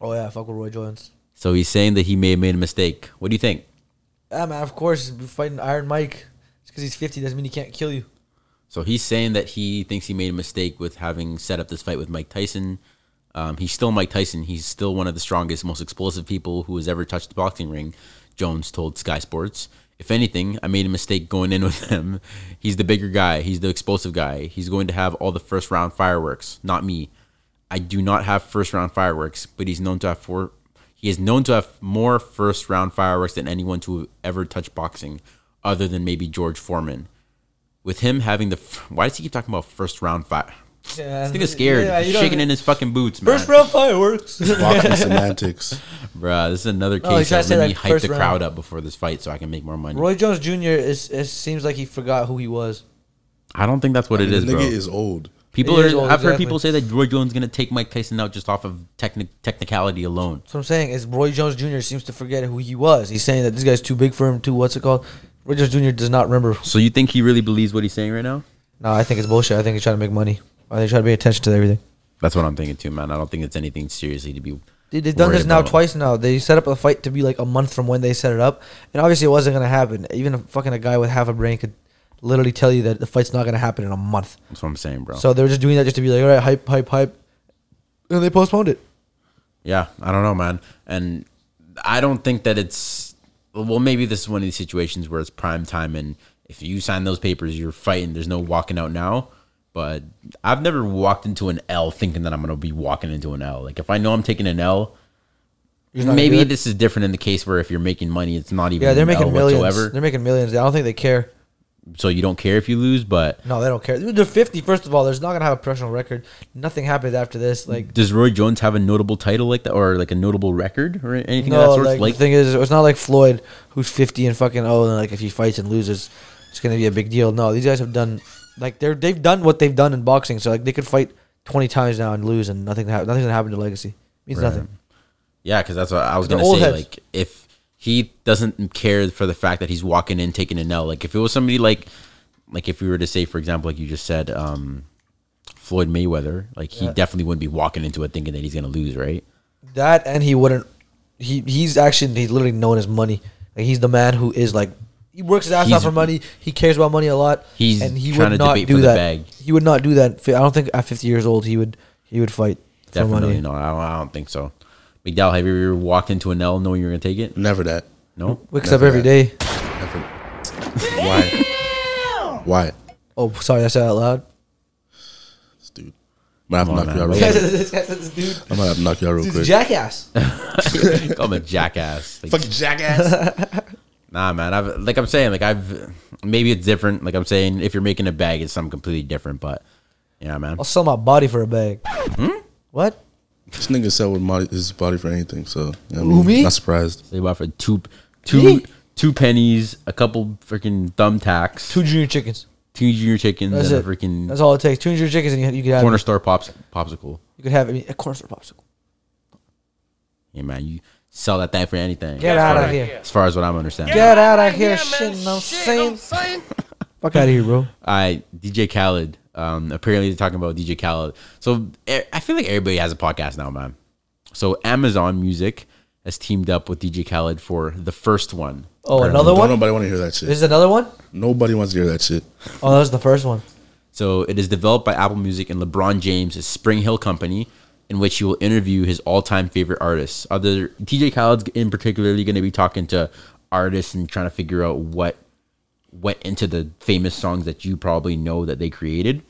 Speaker 3: Oh yeah, fuck with Roy Jones.
Speaker 2: So he's saying that he may have made a mistake. What do you think?
Speaker 3: Yeah, Ah, man. Of course, be fighting Iron Mike. Just because he's fifty doesn't mean he can't kill you.
Speaker 2: So he's saying that he thinks he made a mistake with having set up this fight with Mike Tyson. Um, he's still Mike Tyson. He's still one of the strongest, most explosive people who has ever touched the boxing ring. Jones told Sky Sports. If anything, I made a mistake going in [laughs] with him. He's the bigger guy. He's the explosive guy. He's going to have all the first round fireworks, not me. I do not have first round fireworks, but he's known to have four. He is known to have more first round fireworks than anyone to have ever touched boxing, other than maybe George Foreman. With him having the, f- why does he keep talking about first round fire?
Speaker 3: Yeah,
Speaker 2: This nigga's scared.
Speaker 3: Uh, yeah, you
Speaker 2: He's
Speaker 3: don't-
Speaker 2: shaking in his fucking boots, man.
Speaker 3: First round fireworks. [laughs]
Speaker 2: [laughs]
Speaker 4: Boxing semantics.
Speaker 2: Bruh, this is another
Speaker 3: he
Speaker 2: case
Speaker 3: tried Oh, to
Speaker 2: that
Speaker 3: say
Speaker 2: let
Speaker 3: that
Speaker 2: me hype
Speaker 3: first
Speaker 2: the
Speaker 3: round.
Speaker 2: crowd up before this fight so I can make more money.
Speaker 3: Roy Jones Jr. is. It seems like he forgot who he was.
Speaker 2: I don't think that's what it
Speaker 4: The
Speaker 2: is,
Speaker 4: nigga
Speaker 2: bro.
Speaker 4: is old.
Speaker 2: people
Speaker 3: He
Speaker 2: are.
Speaker 3: is old,
Speaker 2: I've heard
Speaker 3: exactly.
Speaker 2: people say that Roy Jones is gonna take Mike Tyson out just off of techni- technicality alone.
Speaker 3: So I'm saying is Roy Jones Jr. seems to forget who he was. He's saying that this guy's too big for him. Too what's it called? Roy Jones Jr. does not remember.
Speaker 2: So you think he really believes what he's saying right now?
Speaker 3: No, I think it's bullshit. I think he's trying to make money. I think he's trying to pay attention to everything.
Speaker 2: That's what I'm thinking too, man. I don't think it's anything seriously to be.
Speaker 3: Dude, they've done
Speaker 2: worried
Speaker 3: this now
Speaker 2: about.
Speaker 3: twice now. They set up a fight to be like a month from when they set it up, and obviously it wasn't gonna happen. Even a fucking a guy with half a brain could literally tell you that the fight's not gonna happen in a month.
Speaker 2: That's what I'm saying, bro.
Speaker 3: So they were just doing that just to be like, all right, hype, hype, hype, and they postponed it.
Speaker 2: Yeah, I don't know, man. And I don't think that it's well. Maybe this is one of these situations where it's prime time, and if you sign those papers, you're fighting. There's no walking out now. But I've never walked into an L thinking that I'm going to be walking into an L. Like if I know I'm taking an L,
Speaker 3: not gonna do
Speaker 2: maybe
Speaker 3: it?
Speaker 2: this is different in the case where if you're making money, it's not even
Speaker 3: Yeah, they're
Speaker 2: an
Speaker 3: making
Speaker 2: L
Speaker 3: millions.
Speaker 2: whatsoever.
Speaker 3: They're making millions. I don't think they care.
Speaker 2: So you don't care if you lose, but
Speaker 3: No, they don't care. They're 50. First of all, there's not gonna have a professional record. Nothing happens after this. Like
Speaker 2: does Roy Jones have a notable title like that, or like a notable record, or anything of
Speaker 3: no,
Speaker 2: that sort?
Speaker 3: like,
Speaker 2: Like
Speaker 3: the thing is, it's not like Floyd, who's 50 and fucking oh, and like if he fights and loses, it's gonna be a big deal. No, these guys have done like they're they've done what they've done in boxing. So like they could fight 20 times now and lose, and nothing hap- nothing's gonna happen to legacy. means nothing.
Speaker 2: Yeah, because that's what I was
Speaker 3: They're
Speaker 2: gonna
Speaker 3: old
Speaker 2: say.
Speaker 3: heads.
Speaker 2: Like, if he doesn't care for the fact that he's walking in taking an L, like if it was somebody like, like if we were to say, for example, like you just said, um, Floyd Mayweather, like he definitely wouldn't be walking into it thinking that he's gonna lose, right?
Speaker 3: That and he wouldn't. He he's actually he's literally known as money. Like he's the man who is like he works his ass
Speaker 2: He's-
Speaker 3: off for money. He cares about money a lot.
Speaker 2: He's
Speaker 3: and he
Speaker 2: trying
Speaker 3: would
Speaker 2: to
Speaker 3: not
Speaker 2: debate
Speaker 3: do
Speaker 2: for the
Speaker 3: that.
Speaker 2: bag.
Speaker 3: He would not do that. I don't think at 50 years old he would he would fight for money.
Speaker 2: Definitely no. I don't, I don't think so. McDowell, have you ever walked into an L knowing you're gonna take it?
Speaker 4: Never that.
Speaker 3: [laughs]
Speaker 2: No.
Speaker 3: Wakes up
Speaker 4: Never
Speaker 3: every
Speaker 4: that.
Speaker 3: day.
Speaker 4: Never. Why? Why?
Speaker 3: Oh, sorry, I said that out loud. [laughs]
Speaker 4: This dude. I'm gonna have to knock you out real
Speaker 3: This
Speaker 4: quick.
Speaker 3: guy- this guy said this dude.
Speaker 4: I'm gonna have to knock you out real
Speaker 3: He's
Speaker 4: quick.
Speaker 2: [laughs]
Speaker 3: jackass.
Speaker 2: I'm a jackass. Like,
Speaker 4: Fucking jackass.
Speaker 3: [laughs]
Speaker 2: Nah, man. I've like I'm saying, like I've maybe it's different. Like I'm saying, if you're making a bag, it's something completely different. But yeah, man.
Speaker 3: I'll sell my body for a bag.
Speaker 2: Hmm?
Speaker 3: What?
Speaker 4: this nigga sell with my, his body for anything, so you know what I
Speaker 3: Who,
Speaker 4: mean?
Speaker 3: me?
Speaker 4: Not surprised.
Speaker 2: They bought for two, two,
Speaker 3: Me?
Speaker 2: two pennies, a couple freaking thumbtacks,
Speaker 3: Two
Speaker 2: two,
Speaker 3: junior chickens.
Speaker 2: junior chickens,
Speaker 3: That's
Speaker 2: and
Speaker 3: it.
Speaker 2: a freaking
Speaker 3: That's all it takes. Two junior chickens, and you, you could have.
Speaker 2: corner store pops popsicle.
Speaker 3: You could have. I mean, a corner store popsicle.
Speaker 2: Yeah, man, you sell that thing for anything.
Speaker 3: Get
Speaker 2: As
Speaker 3: out
Speaker 2: far
Speaker 3: of
Speaker 2: as-
Speaker 3: here.
Speaker 2: As far as what I'm understanding,
Speaker 3: Get out of here, shit. No saying. Fuck out of here, bro.
Speaker 2: I DJ Khaled. Um, apparently they're talking about DJ Khaled. So e- I feel like everybody has a podcast now, man. So Amazon Music has teamed up with DJ Khaled for the first one.
Speaker 3: Oh, another
Speaker 4: Don't
Speaker 3: one.
Speaker 4: nobody want to hear that shit.
Speaker 3: This is another one.
Speaker 4: Nobody wants to hear that shit.
Speaker 3: Oh, that was the first one.
Speaker 2: So it is developed by Apple Music and LeBron James' Spring Hill Company, in which he will interview his all-time favorite artists. Other TJ Khaled's in particularly going to be talking to artists and trying to figure out what went into the famous songs that you probably know that they created.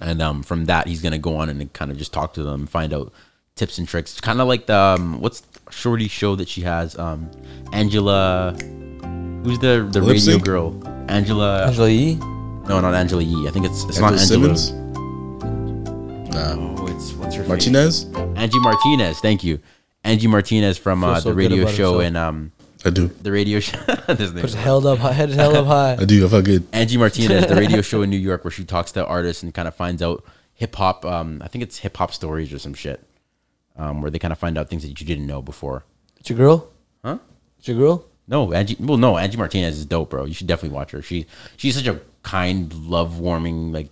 Speaker 2: And um, from that, he's going to go on and kind of just talk to them, find out tips and tricks. Kind of like the um, what's Shorty show that she has? Um, Angela, who's the the
Speaker 4: Lip
Speaker 2: radio
Speaker 4: Sync?
Speaker 2: girl? Angela
Speaker 3: Angela Yee.
Speaker 2: no, not Angela Yee. I think it's it's
Speaker 4: Angela
Speaker 2: not Angela.
Speaker 4: Simmons? Nah.
Speaker 2: Oh, it's what's her face?
Speaker 4: Martinez?
Speaker 2: Angie Martinez. Thank you, Angie Martinez from
Speaker 3: Feels
Speaker 2: uh,
Speaker 3: so
Speaker 2: the
Speaker 3: good
Speaker 2: radio
Speaker 3: about
Speaker 2: show
Speaker 3: himself.
Speaker 2: and um
Speaker 4: I do.
Speaker 2: the radio show. [laughs] this name.
Speaker 3: Just held up high. Head held up high.
Speaker 4: I do. I felt good.
Speaker 2: Angie Martinez, the radio show in New York where she talks to artists and kind of finds out hip hop. Um, I think it's hip hop stories or some shit, um, where they kind of find out things that you didn't know before.
Speaker 3: [laughs] It's your girl?
Speaker 2: Huh?
Speaker 3: It's your girl?
Speaker 2: No, Angie. Well, no, Angie Martinez is dope, bro. You should definitely watch her. She she's such a kind, love warming. Like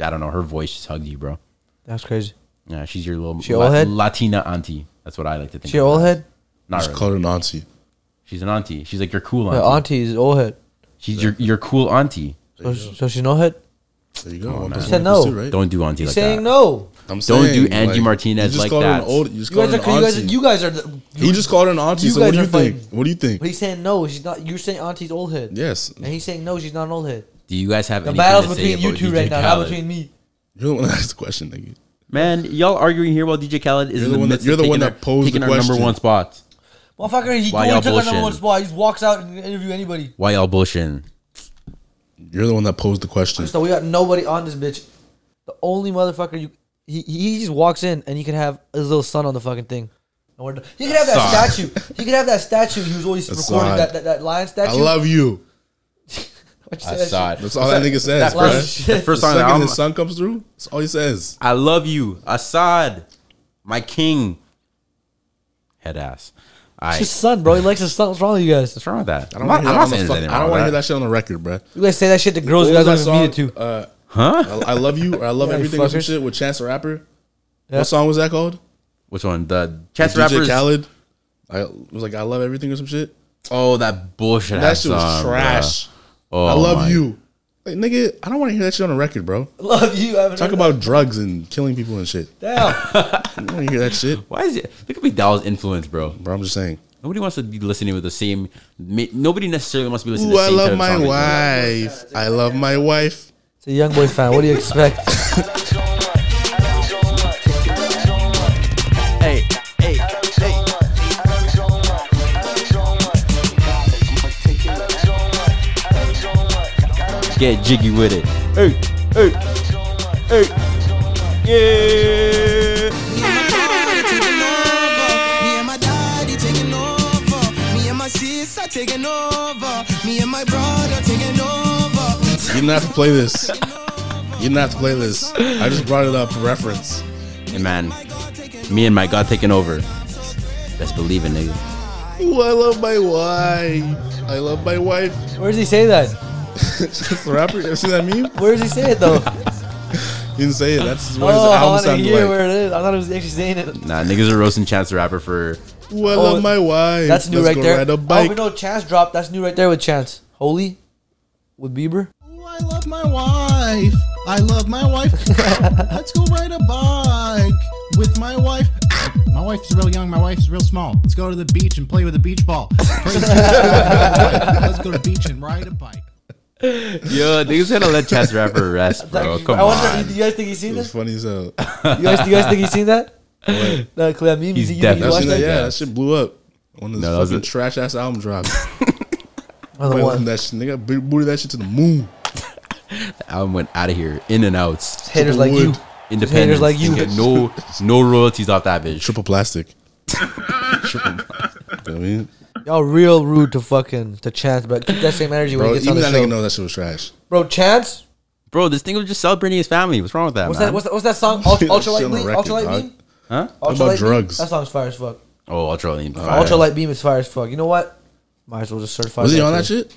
Speaker 2: I don't know, her voice just hugs you, bro.
Speaker 3: That's crazy.
Speaker 2: Yeah, she's your little
Speaker 3: She old head?
Speaker 2: Latina auntie. That's what I like to think.
Speaker 3: She
Speaker 2: of her
Speaker 3: old
Speaker 2: as.
Speaker 3: head?
Speaker 2: Not
Speaker 4: Just
Speaker 2: really.
Speaker 4: call her an auntie.
Speaker 2: She's an auntie. She's like your cool
Speaker 3: My
Speaker 2: auntie.
Speaker 3: auntie is old head.
Speaker 2: She's your your cool auntie.
Speaker 3: So, so she's no head?
Speaker 4: There you go. One
Speaker 2: man.
Speaker 4: plus
Speaker 3: You said
Speaker 4: one equals
Speaker 3: no.
Speaker 4: two, right?
Speaker 2: Don't do auntie
Speaker 3: He's
Speaker 2: like
Speaker 3: saying
Speaker 2: that.
Speaker 3: no.
Speaker 4: I'm
Speaker 2: Don't do
Speaker 4: saying,
Speaker 2: Angie Martinez
Speaker 4: you just
Speaker 2: like
Speaker 4: called her an
Speaker 2: that.
Speaker 4: old- you just
Speaker 3: You guys,
Speaker 4: called
Speaker 3: are,
Speaker 4: her an
Speaker 3: you, guys,
Speaker 4: auntie.
Speaker 3: you guys are. The,
Speaker 4: he just called her an auntie.
Speaker 3: You
Speaker 4: So what do
Speaker 3: guys
Speaker 4: you
Speaker 3: are
Speaker 4: think?
Speaker 3: fighting.
Speaker 4: What do you think?
Speaker 3: But he's saying no. She's not. You're saying auntie's old head.
Speaker 4: Yes.
Speaker 3: And he's saying no. She's not an old head.
Speaker 2: Do you guys have
Speaker 3: The
Speaker 2: anything
Speaker 3: battle's
Speaker 2: to say
Speaker 3: between you
Speaker 2: about
Speaker 3: two
Speaker 2: DJ
Speaker 3: right now,
Speaker 2: Khaled?
Speaker 3: not between me.
Speaker 4: You're the one that asked the question, nigga.
Speaker 2: Man, y'all arguing here while DJ Khaled is
Speaker 4: You're
Speaker 2: in
Speaker 4: the
Speaker 2: the
Speaker 4: one that-
Speaker 2: midst
Speaker 4: you're
Speaker 2: of
Speaker 4: the
Speaker 2: taking
Speaker 4: one
Speaker 2: our-
Speaker 4: that posed the
Speaker 2: taking our number
Speaker 4: question.
Speaker 2: one spot.
Speaker 3: Motherfucker, he
Speaker 2: Why
Speaker 3: only
Speaker 2: y'all
Speaker 3: took our number
Speaker 2: bullshitting?
Speaker 3: one spot. He just walks out and interview anybody.
Speaker 2: Why y'all bullshitting?
Speaker 4: You're the one that posed the question.
Speaker 3: So we got nobody on this bitch. The only motherfucker you he, he just walks in and he can have his little son on the fucking thing. And we're done. He could have that
Speaker 4: Son.
Speaker 3: statue. He could have that statue. He was always
Speaker 4: That's
Speaker 3: recording
Speaker 4: son.
Speaker 3: that, that, that lion statue.
Speaker 4: I love you.
Speaker 3: Why'd you say
Speaker 2: I
Speaker 3: that
Speaker 2: saw
Speaker 3: shit?
Speaker 2: it.
Speaker 4: That's all that nigga says.
Speaker 2: That
Speaker 4: bro.
Speaker 3: Love
Speaker 2: first,
Speaker 3: shit.
Speaker 2: that
Speaker 4: [laughs]
Speaker 2: first
Speaker 4: The
Speaker 2: song on
Speaker 4: second
Speaker 2: the album,
Speaker 4: his son comes through, that's all he says.
Speaker 2: I love you, Assad, my king. Head ass. I.
Speaker 3: It's his son, bro. He likes his son. What's wrong with you guys?
Speaker 2: What's wrong with that?
Speaker 4: I don't want to hear, that,
Speaker 2: saying there's
Speaker 4: on the
Speaker 2: anything
Speaker 4: fu- I
Speaker 2: wrong
Speaker 4: don't
Speaker 2: with
Speaker 4: want to hear that shit on the record, bro.
Speaker 3: You guys say that shit to girls. You guys don't even mean it to.
Speaker 4: Uh,
Speaker 2: Huh?
Speaker 4: I I love you or I love
Speaker 3: Yeah, you
Speaker 4: everything or some
Speaker 3: fuckers.
Speaker 4: shit with Chance the Rapper.
Speaker 3: Yeah.
Speaker 4: What song was that called?
Speaker 2: Which one? The Chance the
Speaker 4: DJ
Speaker 2: Rapper's.
Speaker 4: Khaled. I was like, I love everything or some shit.
Speaker 2: Oh, that bullshit.
Speaker 4: That
Speaker 2: ass
Speaker 4: shit was
Speaker 2: song, bruh.
Speaker 4: trash.
Speaker 2: Oh,
Speaker 4: I love
Speaker 2: my-
Speaker 4: you. Like, nigga, I don't want to hear that shit on the record, bro.
Speaker 3: [laughs] love you. I haven't
Speaker 4: Talk
Speaker 3: heard
Speaker 4: about drugs and killing people and shit.
Speaker 3: that.
Speaker 4: [laughs]
Speaker 3: Damn.
Speaker 4: I don't want to hear that shit.
Speaker 2: Why is it? Look at McDowell's influence, bro.
Speaker 4: Bro, I'm just saying.
Speaker 2: Nobody wants to be listening with the same. ma- Nobody necessarily wants to be listening.
Speaker 4: Ooh,
Speaker 2: to the
Speaker 4: I
Speaker 2: same type
Speaker 4: love
Speaker 2: of
Speaker 4: my
Speaker 2: song that you like.
Speaker 4: wife. I love my wife.
Speaker 3: It's a young boy fan. What do you expect?
Speaker 4: [laughs]
Speaker 2: Hey, hey, hey. Get jiggy with it. Hey, hey, hey. Yeah.
Speaker 7: Me and my daddy taking over. Me and my daddy taking over. Me and my sister taking over. Me and my brother taking over.
Speaker 4: You didn't have to play this. You didn't have to play this. I just brought it up for reference.
Speaker 2: Hey, man. Me and my God taking over. Let's believe it, nigga.
Speaker 4: Ooh, I love my wife. I love my wife.
Speaker 3: Where does he say that?
Speaker 4: Chance the Rapper. You ever see that meme?
Speaker 3: Where does he say it
Speaker 4: [laughs]
Speaker 3: though?
Speaker 4: He didn't say it. That's what his
Speaker 3: oh, I
Speaker 4: album
Speaker 3: want to
Speaker 4: sounded
Speaker 3: hear
Speaker 4: like.
Speaker 3: where it is. I thought it was actually saying it.
Speaker 2: Nah, niggas are roasting Chance the Rapper for.
Speaker 4: Ooh, I love my wife.
Speaker 3: Oh, That's new
Speaker 4: Let's
Speaker 3: right
Speaker 4: go
Speaker 3: there.
Speaker 4: Ride a
Speaker 3: Oh,
Speaker 4: bike.
Speaker 3: but no, Chance dropped. That's new right there with Chance. Holy with Bieber.
Speaker 7: Ooh, I love my wife. I love my wife. Let's go ride a bike with my wife. [coughs] My wife's real young. My wife's real small. Let's go to the beach and play with a beach ball. Let's go to the beach and ride a bike.
Speaker 2: Yo, niggas gotta let Chance the
Speaker 4: [laughs]
Speaker 2: Rapper rest, bro. Come
Speaker 3: I wonder,
Speaker 2: on.
Speaker 3: do you guys think he's
Speaker 4: It
Speaker 3: seen this? [laughs]
Speaker 4: was
Speaker 3: You
Speaker 4: funny as hell.
Speaker 3: guys, do you guys think he's seen that? No, Clem, you,
Speaker 2: He's
Speaker 3: you, you
Speaker 2: definitely
Speaker 4: That
Speaker 3: watched
Speaker 4: shit,
Speaker 3: that?
Speaker 4: yeah, that shit blew up when this
Speaker 2: No, that was
Speaker 4: fucking
Speaker 2: it.
Speaker 4: trash ass album
Speaker 3: [laughs]
Speaker 4: dropped.
Speaker 3: Oh, the
Speaker 4: Boy,
Speaker 3: one.
Speaker 4: that shit, nigga, bo- booted that shit to the moon.
Speaker 2: album went out of here, in and out.
Speaker 3: Haters like you.
Speaker 4: Wood.
Speaker 2: Independence.
Speaker 3: Haters like you.
Speaker 2: Get no, no royalties off that bitch.
Speaker 4: Triple plastic.
Speaker 3: [laughs]
Speaker 4: You know what I mean,
Speaker 3: Y'all real rude to fucking to Chance, but keep that same energy when
Speaker 4: bro,
Speaker 3: he gets on the
Speaker 4: even that
Speaker 3: show.
Speaker 4: nigga knows that shit was trash.
Speaker 3: Bro, Chance,
Speaker 2: Bro, this thing was just celebrating his family. What's wrong with that,
Speaker 3: what's
Speaker 2: man?
Speaker 3: that? What's that? What's that song? Ultra,
Speaker 4: That [laughs] shit
Speaker 3: ultralight
Speaker 4: on the
Speaker 3: beam.
Speaker 4: record,
Speaker 3: ultralight
Speaker 4: dog.
Speaker 3: beam.
Speaker 2: huh?
Speaker 4: about
Speaker 3: Ultralight Beam?
Speaker 4: drugs?
Speaker 3: That song's fire as fuck.
Speaker 2: Oh, ultralight.
Speaker 3: Ultralight beam is fire as fuck. You know what? Might as well just certify.
Speaker 4: Was he on that shit?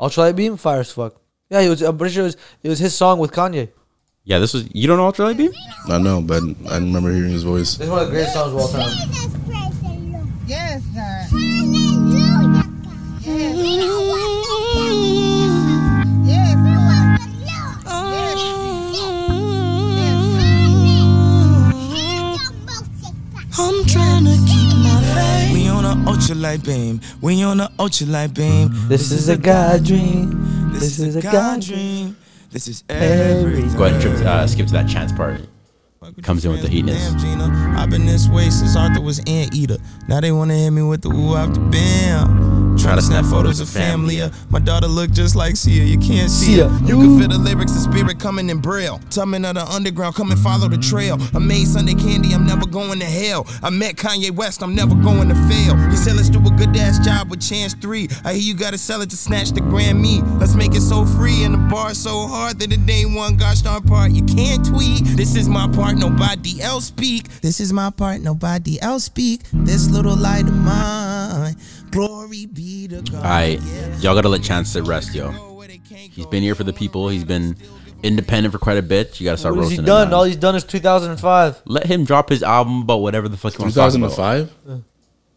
Speaker 3: Ultralight beam, fire as fuck. Yeah, he was. I'm pretty sure it was, it was his song with Kanye.
Speaker 2: Yeah, this was. You don't know ultralight beam?
Speaker 4: I know, but I remember hearing his voice.
Speaker 3: It's one of the greatest songs of all time.
Speaker 10: Yes, sir. Yes, Lord.
Speaker 9: I'm trying to keep my faith.
Speaker 7: We on a ultra light beam. We on a ultra light beam.
Speaker 3: This is a God dream. This is a God dream.
Speaker 7: dream. This is everything.
Speaker 2: Go ahead and trip, uh, skip to that chance part. Comes in with the heatness.
Speaker 7: Damn, Gina. I've been this way since Arthur was in eater. Now they wanna hit me with the woo after bam.
Speaker 8: Try to snap photos of family. uh, My daughter look just like Sia. You can't see her. You can feel the lyrics, the spirit coming in braille. Tummin of the underground, come and follow the trail. I made Sunday candy, I'm never going to hell. I met Kanye West, I'm never going to fail. He said, let's do a good ass job with Chance 3. I hear you gotta sell it to snatch the Grammy. Let's make it so free and the bar so hard that it ain't one gosh darn part. You can't tweet. This is my part, nobody else speak. This is my part, nobody else speak. This little light of mine. Glory be to God.
Speaker 2: I y'all gotta let Chance sit rest, yo. He's been here for the people. He's been independent for quite a bit. You gotta start
Speaker 3: What has he
Speaker 2: roasting him.
Speaker 3: done?
Speaker 2: now.
Speaker 3: All he's done is 2005.
Speaker 2: let him drop his album about whatever the fuck he wants to talk about.
Speaker 4: 2005?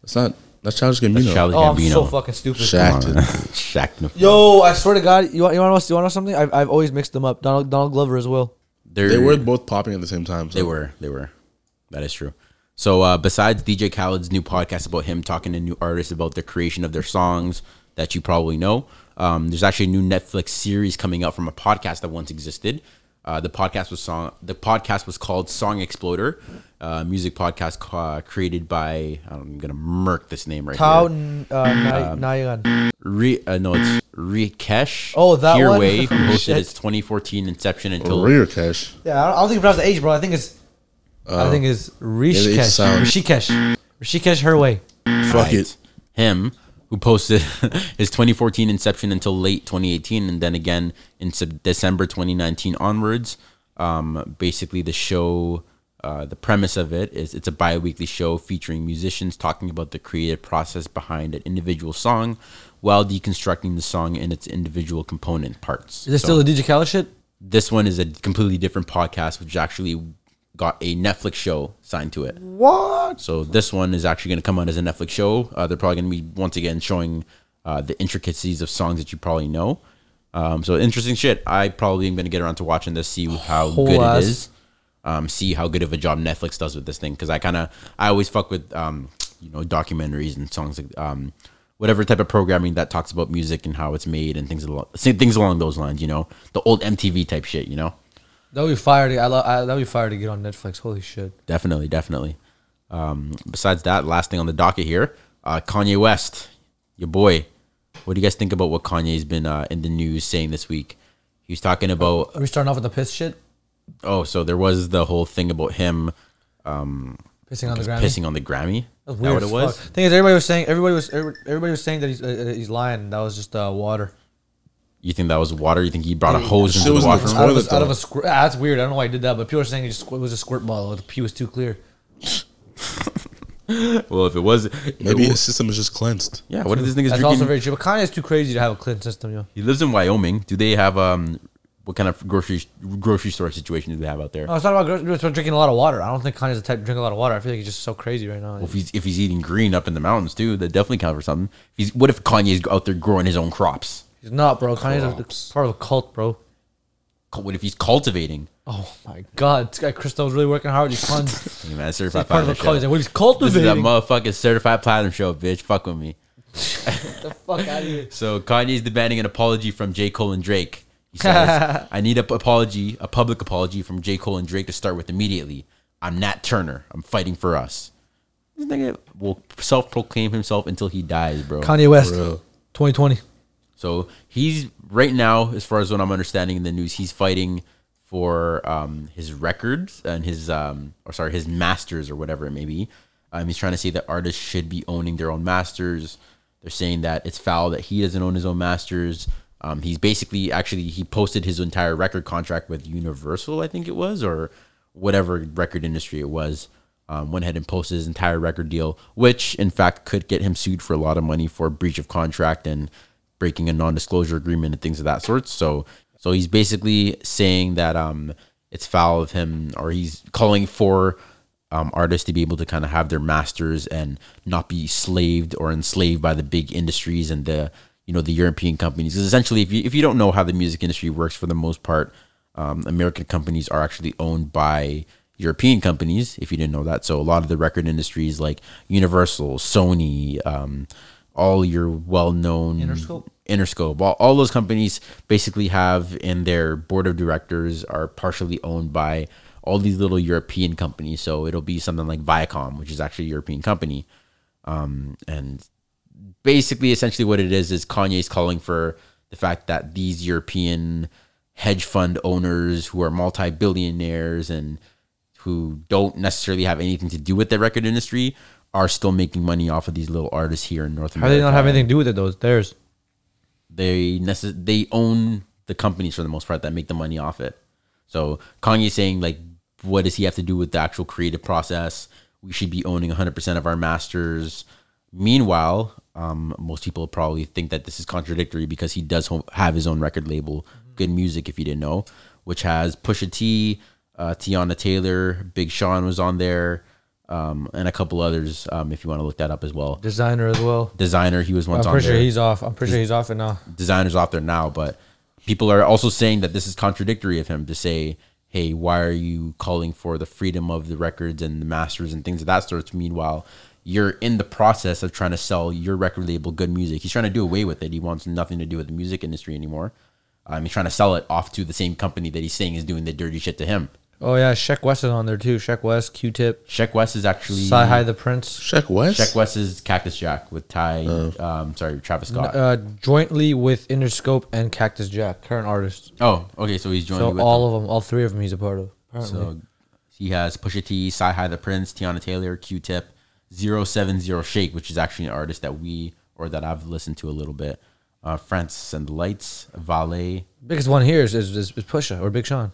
Speaker 4: That's not. That's Childish Gambino.
Speaker 2: That's Childish
Speaker 3: Oh, I'm
Speaker 2: Gambino.
Speaker 3: so fucking stupid.
Speaker 4: Shaq.
Speaker 2: Come on, man. [laughs] Shaq. no-
Speaker 3: Yo, I swear to God, you want you want to you want to know something? I've, I've always mixed them up. Donald Donald Glover as well.
Speaker 2: They're-
Speaker 4: They were both popping at the same time. So.
Speaker 2: They were. They were. That is true. So uh, besides DJ Khaled's new podcast about him talking to new artists about the creation of their songs that you probably know, um, there's actually a new Netflix series coming out from a podcast that once existed. Uh, the podcast was song. The podcast was called Song Exploder, uh, music podcast ca- created by I'm gonna murk this name right
Speaker 3: Tao
Speaker 2: here.
Speaker 3: N- uh, Ny- Nyan.
Speaker 2: Re, uh, no, it's Rikesh.
Speaker 3: Oh, that one?
Speaker 2: Hirway, who
Speaker 3: [laughs]
Speaker 2: hosted
Speaker 3: Shit.
Speaker 2: his 2014 Inception until
Speaker 4: Rear cash.
Speaker 3: Yeah, I don't, I don't think it's the age, bro. I think it's I think it's Rishikesh.
Speaker 4: sound.
Speaker 3: Rishikesh. Rishikesh her way.
Speaker 4: Fuck it.
Speaker 2: him who posted [laughs] his 2014 inception until late 2018 and then again in sep- december 2019 onwards um, basically the show uh, the premise of it is it's a bi-weekly show featuring musicians talking about the creative process behind an individual song while deconstructing the song in its individual component parts
Speaker 3: Is this still
Speaker 2: So-
Speaker 3: a DJ Khaled shit?
Speaker 2: this one is a completely different podcast, which actually got a Netflix show signed to it. What? So this one is actually going to come out as a Netflix show. Uh, they're probably going to be once again showing uh, the intricacies of songs that you probably know. Um, so interesting shit. I probably am going to get around to watching this, see how
Speaker 3: Whole
Speaker 2: good
Speaker 3: ass-
Speaker 2: it is, um, see how good of a job Netflix does with this thing. Because I kind of I always fuck with um, you know documentaries and songs like um, whatever type of programming that talks about music and how it's made and things along things along those lines. You know, the old MTV type shit. You know.
Speaker 3: That would be fire. To, I love. I, that would be fire to get on Netflix. Holy shit.
Speaker 2: Definitely, definitely. Um, besides that, last thing on the docket here, uh, Kanye West, your boy. What do you guys think about what Kanye's been uh, in the news saying this week? He was talking about
Speaker 3: Are we starting off with the piss shit?
Speaker 2: oh, so there was the whole thing about him
Speaker 3: Pissing on the ground.
Speaker 2: pissing on the Grammy.
Speaker 3: That was
Speaker 2: Is that
Speaker 3: weird.
Speaker 2: what it was?
Speaker 3: Thing is, everybody was saying everybody was every- everybody was saying that he's uh, uh, he's lying. That was just uh, water.
Speaker 2: You think that was water? You think he brought a hose
Speaker 4: Shit
Speaker 2: into
Speaker 4: was
Speaker 2: the
Speaker 4: in the
Speaker 2: washroom?
Speaker 4: toilet.
Speaker 3: out of a,
Speaker 4: though.
Speaker 3: out of a squirt. Ah, that's weird. I don't know why I did that, but people are saying it, just, it was a squirt bottle. The pee was too clear.
Speaker 2: well, if it was,
Speaker 4: Maybe
Speaker 2: it
Speaker 4: his
Speaker 2: was
Speaker 4: system is just cleansed.
Speaker 2: yeah. What are these niggas
Speaker 3: That's
Speaker 2: drinking?
Speaker 3: also very true. But Kanye's too crazy to have a clean system, yo.
Speaker 2: he lives in Wyoming. Do they have um? What kind of grocery grocery store situation do they have out there?
Speaker 3: No, it's not about gro- it's about drinking a lot of water. I don't think Kanye's the type to drink a lot of water. I feel like he's just so crazy right now.
Speaker 2: If he's if he's eating green up in the mountains too, that definitely counts for something. If he's what if Kanye's out there growing his own crops?
Speaker 3: He's not, bro. Kanye's a, part of a cult, bro.
Speaker 2: What if he's cultivating?
Speaker 3: Oh my god, this guy Christo's really working hard. He's
Speaker 2: [laughs]
Speaker 3: fun. He's
Speaker 2: Hey, man, certified
Speaker 3: part of a
Speaker 2: platinum
Speaker 3: cult. He's
Speaker 2: show.
Speaker 3: like, well, he's
Speaker 2: This is
Speaker 3: cultivating.
Speaker 2: that motherfucking certified platinum show, bitch. Fuck with me.
Speaker 3: the fuck out of here.
Speaker 2: So Kanye's demanding an apology from J Cole and Drake. He
Speaker 3: [laughs]
Speaker 2: says, "I need a p- apology, a public apology from J Cole and Drake to start with immediately. I'm Nat Turner. I'm fighting for us." This nigga will self-proclaim himself until he dies, bro.
Speaker 3: Kanye West,
Speaker 4: Bro.
Speaker 3: 2020.
Speaker 2: So he's right now, as far as what I'm understanding in the news, he's fighting for um, his records and his, um, or sorry, his masters or whatever it may be. Um, he's trying to say that artists should be owning their own masters. They're saying that it's foul that he doesn't own his own masters. Um, he's basically actually he posted his entire record contract with Universal, I think it was, or whatever record industry it was um, went ahead and posted his entire record deal, which in fact could get him sued for a lot of money for breach of contract and breaking a non-disclosure agreement and things of that sort. So, so he's basically saying that um, it's foul of him, or he's calling for um, artists to be able to kind of have their masters and not be slaved or enslaved by the big industries and the you know the European companies. Because essentially, if you if you don't know how the music industry works, for the most part, um, American companies are actually owned by European companies. If you didn't know that, so a lot of the record industries like Universal, Sony, um, all your well-known Interscope, Interscope, all, all those companies basically have in their board of directors are partially owned by all these little European companies. So it'll be something like Viacom, which is actually a European company, um, and basically, essentially, what it is is Kanye's calling for the fact that these European hedge fund owners who are multi billionaires and who don't necessarily have anything to do with the record industry are still making money off of these little artists here in North
Speaker 3: How
Speaker 2: America.
Speaker 3: do they not have anything to do with it though? It's theirs.
Speaker 2: They necess- they own the companies for the most part that make the money off it. So Kanye's saying like, what does he have to do with the actual creative process? We should be owning 100% of our masters. Meanwhile, um, most people probably think that this is contradictory because he does ho- have his own record label, Good Music, if you didn't know, which has Pusha T, uh, Tiana Taylor, Big Sean was on there, um, and a couple others. Um, if you want to look that up as well,
Speaker 3: Designer as well.
Speaker 2: designer he was once
Speaker 3: I'm
Speaker 2: on
Speaker 3: pretty sure
Speaker 2: there.
Speaker 3: he's off. I'm pretty sure he's off uh, it now.
Speaker 2: designers off there now, but people are also saying that this is contradictory of him to say, "Hey, why are you calling for the freedom of the records and the masters and things of that sort?" Meanwhile, you're in the process of trying to sell your record label good music. He's trying to do away with it. He wants nothing to do with the music industry anymore. Um, he's trying to sell it off to the same company that he's saying is doing the dirty shit to him.
Speaker 3: Oh yeah, Sheck West is on there too. Sheck West, Q Tip,
Speaker 2: Sheck West is actually
Speaker 3: Sci High the Prince.
Speaker 4: Check West.
Speaker 2: Sheck West is Cactus Jack with Ty. um, sorry, Travis Scott.
Speaker 3: Uh, jointly with Interscope and Cactus Jack, current artists.
Speaker 2: oh, okay. So he's joined.
Speaker 3: So
Speaker 2: with
Speaker 3: all
Speaker 2: them.
Speaker 3: of them, all three of them, he's a part of. Apparently.
Speaker 2: So he has Pusha T, Sci High the Prince, Tiana Taylor, Q Tip, 070 Shake, which is actually an artist that we or that I've listened to a little bit. Uh, Francis and the Lights, Valet,
Speaker 3: biggest one here is is, is, is Pusha or Big Sean.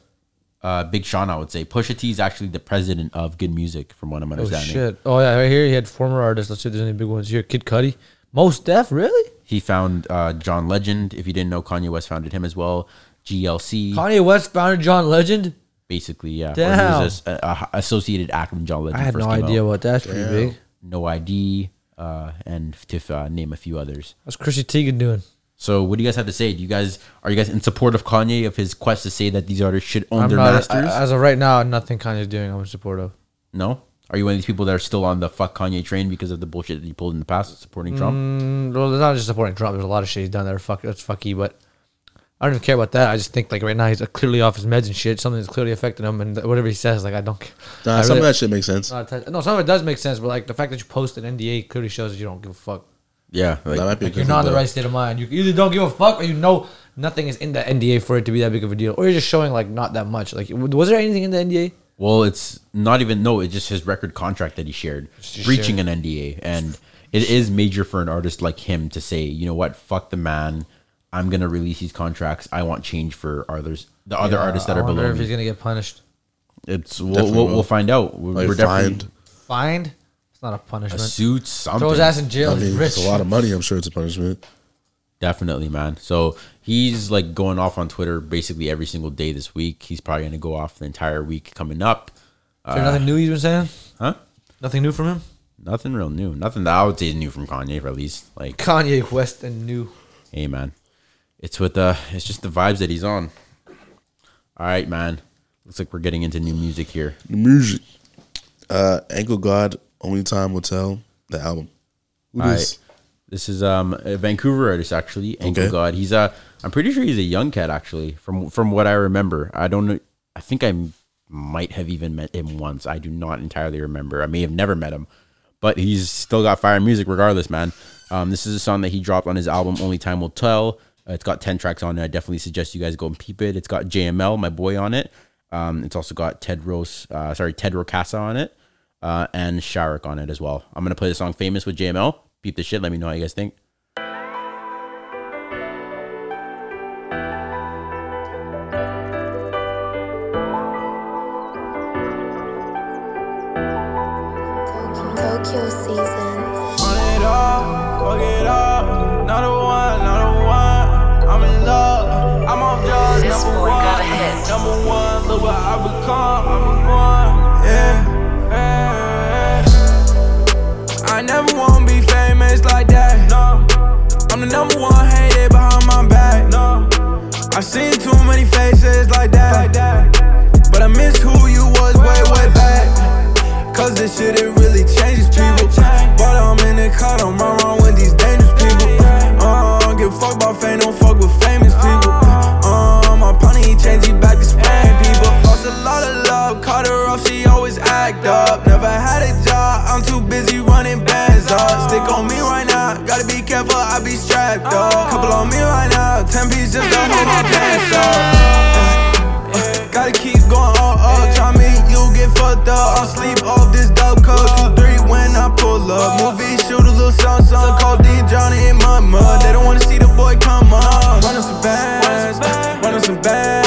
Speaker 2: uh, Big Sean, I would say. Pusha T is actually the president of Good Music, from what I'm
Speaker 3: Oh
Speaker 2: understanding.
Speaker 3: shit! Oh yeah, right here he had former artists. Let's see if there's any big ones here. Kid Cudi, Most Def, really?
Speaker 2: He found uh, John Legend. If you didn't know, Kanye West founded him as well. GLC,
Speaker 3: Kanye West founded John Legend.
Speaker 2: basically, yeah. Or
Speaker 3: Damn.
Speaker 2: He was a, a- a associated act when John Legend
Speaker 3: I had
Speaker 2: first
Speaker 3: no
Speaker 2: came
Speaker 3: idea
Speaker 2: out.
Speaker 3: what that's pretty big.
Speaker 2: No ID, uh, and to uh, name a few others.
Speaker 3: What's Chrissy Teigen doing?
Speaker 2: So what do you guys have to say? Do you guys are you guys in support of Kanye of his quest to say that these artists should own
Speaker 3: I'm
Speaker 2: their
Speaker 3: not
Speaker 2: masters?
Speaker 3: I- as of right now. Nothing Kanye's doing. I'm in support of.
Speaker 2: no. Are you one of these people that are still on the fuck Kanye train because of the bullshit that he pulled in the past supporting
Speaker 3: Mm.
Speaker 2: Trump?
Speaker 3: Well, it's not just supporting Trump. There's a lot of shit he's done that are fuck. That's fucky, but I don't even care about that. I just think like right now he's uh, clearly off his meds and shit. Something's clearly affecting him, and whatever he says, like I don't. care.
Speaker 4: Nah,
Speaker 3: I
Speaker 4: some of
Speaker 3: really-
Speaker 4: that shit makes sense.
Speaker 3: not attached- no, some of it does make sense, but like the fact that you post an NDA clearly shows that you don't give a fuck.
Speaker 2: Yeah, like,
Speaker 4: That might be a good
Speaker 3: You're
Speaker 4: thing,
Speaker 3: not in the
Speaker 4: though.
Speaker 3: right state of mind. You either don't give a fuck or you know nothing is in the NDA for it to be that big of a deal, or you're just showing like not that much. Like, w- was there anything in the NDA?
Speaker 2: well, it's not even no. It's just his record contract that he shared,
Speaker 3: just
Speaker 2: breaching an NDA, and it is major for an artist like him to say, you know what, fuck the man. I'm gonna release these contracts. I want change for others, the other artists that
Speaker 3: I
Speaker 2: are
Speaker 3: wonder
Speaker 2: below.
Speaker 3: if
Speaker 2: me.
Speaker 3: he's gonna get punished.
Speaker 2: It's we'll,
Speaker 4: Definitely
Speaker 2: we'll,
Speaker 4: will.
Speaker 2: we'll find out. We're,
Speaker 4: Like
Speaker 2: we're definitely
Speaker 4: fined.
Speaker 3: Fined? It's not a
Speaker 2: a
Speaker 3: punishment.
Speaker 2: suit something.
Speaker 3: Throw his ass in jail.
Speaker 4: I
Speaker 3: he's
Speaker 4: mean,
Speaker 3: rich.
Speaker 4: it's a lot of money. I'm sure it's a punishment.
Speaker 2: Definitely, man. So he's like going off on Twitter basically every single day this week. He's probably going to go off the entire week coming up.
Speaker 3: Is there nothing new he's been saying?
Speaker 2: Huh?
Speaker 3: Nothing new from him.
Speaker 2: Nothing real new. Nothing that I would say is new from Kanye, for at least. Like,
Speaker 3: Kanye West and new.
Speaker 2: hey, man, it's with uh, it's just the vibes that he's on. All right, man. Looks like we're getting into new music here.
Speaker 4: The music. Uh, Ankle God, Only Time Will Tell, the album. Who
Speaker 2: All
Speaker 4: this?
Speaker 2: right. This is um a Vancouver artist actually. Ankle
Speaker 4: Okay.
Speaker 2: God. He's a. I'm pretty sure he's a young cat actually. From from what I remember, I don't. know. I think I m- might have even met him once. I do not entirely remember. I may have never met him, but he's still got fire music regardless, man. Um, this is a song that he dropped on his album Only Time Will Tell. Uh, it's got ten tracks on it. I definitely suggest you guys go and peep it. It's got JML, my boy, on it. Um, it's also got Ted Rose, uh, sorry, Ted Rocasa on it uh, and Sharik on it as well. I'm gonna play the song "Famous" with JML. Beep the shit. Let me know how you guys think.
Speaker 10: Tokyo season.
Speaker 7: Want it all, fuck it up. Not a one, not a one. I'm in love, I'm off drugs.
Speaker 11: This
Speaker 7: number
Speaker 11: boy
Speaker 7: one,
Speaker 11: got a hit.
Speaker 7: number one. Look what I become, I'm a one. Yeah, yeah. I never wanna be famous like that. No, I'm the number one hated behind my back. No, I've seen too many faces like that. Like that. But I miss who you was way, way back. Cause this shit, it really changes people. But I'm in the cut, I'm run around with these dangerous people. Uh, I don't give a fuck about fame, don't fuck with famous people. Uh, my pony, he changed, he back to Spain people. Lost a lot of love, caught her off, she always act up. Never had a job, I'm too busy running bands up. Stick on me right now, gotta be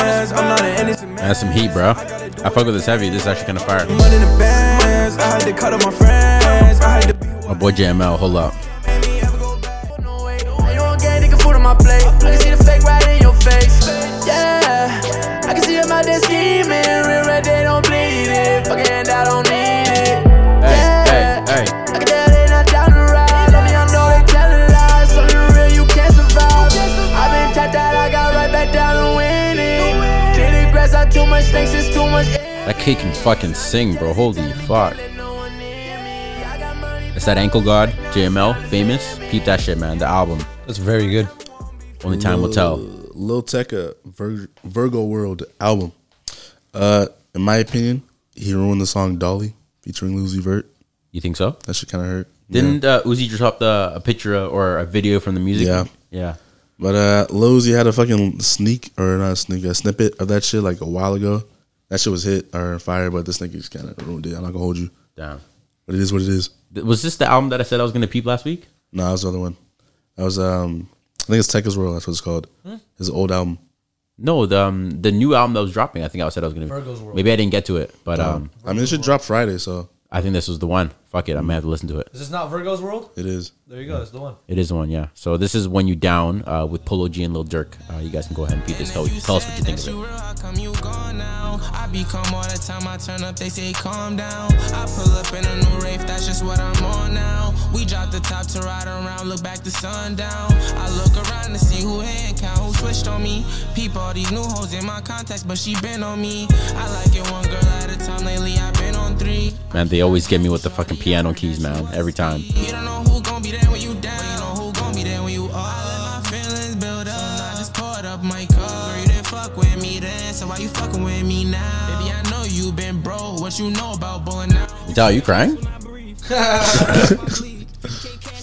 Speaker 2: that's some heat, bro. I fuck with this heavy. This is actually kind of fire.
Speaker 11: Money in the bands, I had to cut up my friends. I had to be
Speaker 2: My boy JML, hold up.
Speaker 11: You don't get nigga food on my plate. I can see the fake right in your face. Yeah, I can see them out there scheming. Real red, they don't bleed it. Fucking, I don't need it.
Speaker 2: Hey, hey, hey.
Speaker 11: I can tell they not down to ride. I mean, I know they telling lies. So you real, you can't survive. I've been tapped out, I got right back down to winning. Clear the grass out too much, thanks, it's too much.
Speaker 2: That kid can fucking sing, bro. Holy fuck. It's that Ankle God, JML, famous. Keep that shit, man. The album.
Speaker 3: That's very good.
Speaker 2: Only time will tell.
Speaker 4: Uh, Lil Tecca Vir- Virgo World album. Uh, in my opinion, he ruined the song Dolly featuring Lucy Vert.
Speaker 2: You think so?
Speaker 4: That shit kind of hurt.
Speaker 2: Didn't uh, Uzi drop the, a picture uh, or a video from the music?
Speaker 4: Yeah.
Speaker 2: Yeah.
Speaker 4: But uh, Lil Uzi had a fucking sneak or not a sneak a snippet of that shit like a while ago. That shit was hit or fire, but this nigga just kind of ruined it. I'm not gonna hold you,
Speaker 2: Damn.
Speaker 4: but it is what it is.
Speaker 2: Th- Was this the album that I said I was going to peep last week?
Speaker 4: No, that was the other one. That was um, I think it's Tecca's World. That's what it's called. His old album.
Speaker 2: No, the um, the new album that was dropping. I think I said I was going
Speaker 3: Virgo's
Speaker 2: to.
Speaker 3: World.
Speaker 2: Maybe I didn't get to it, but um,
Speaker 4: I mean, it should drop Friday, so
Speaker 2: I think this was the one. Fuck it, I'm gonna have to listen to it.
Speaker 3: Is this not Virgo's world?
Speaker 4: it is.
Speaker 3: There you go. That's the one.
Speaker 2: It is the one, yeah. So this is when you down uh, with Polo G and Lil Durk. Uh, you guys can go ahead and peep this. Tell, tell us what you think of it.
Speaker 11: How come you gone now? I be calm all the time. I turn up, they say calm down. I pull up in a new rave, that's just what I'm on now. We drop the top to ride around, look back to sundown. I look around to see who hand count, who switched on me. Peep all these new hoes in my contacts, but she been on me. I like it one girl at a time lately, I've been on three.
Speaker 2: Man, they always get me with the fucking piano keys, man. Every time.
Speaker 11: You don't know who gon' be there when you down. You know who gon' be there when you up. I let my feelings build up. So I just poured up my cup. Girl, you didn't fuck with me then, so why you fucking with me now? Baby, I know you been broke. What you know about bowling out?
Speaker 2: Dal, you crying?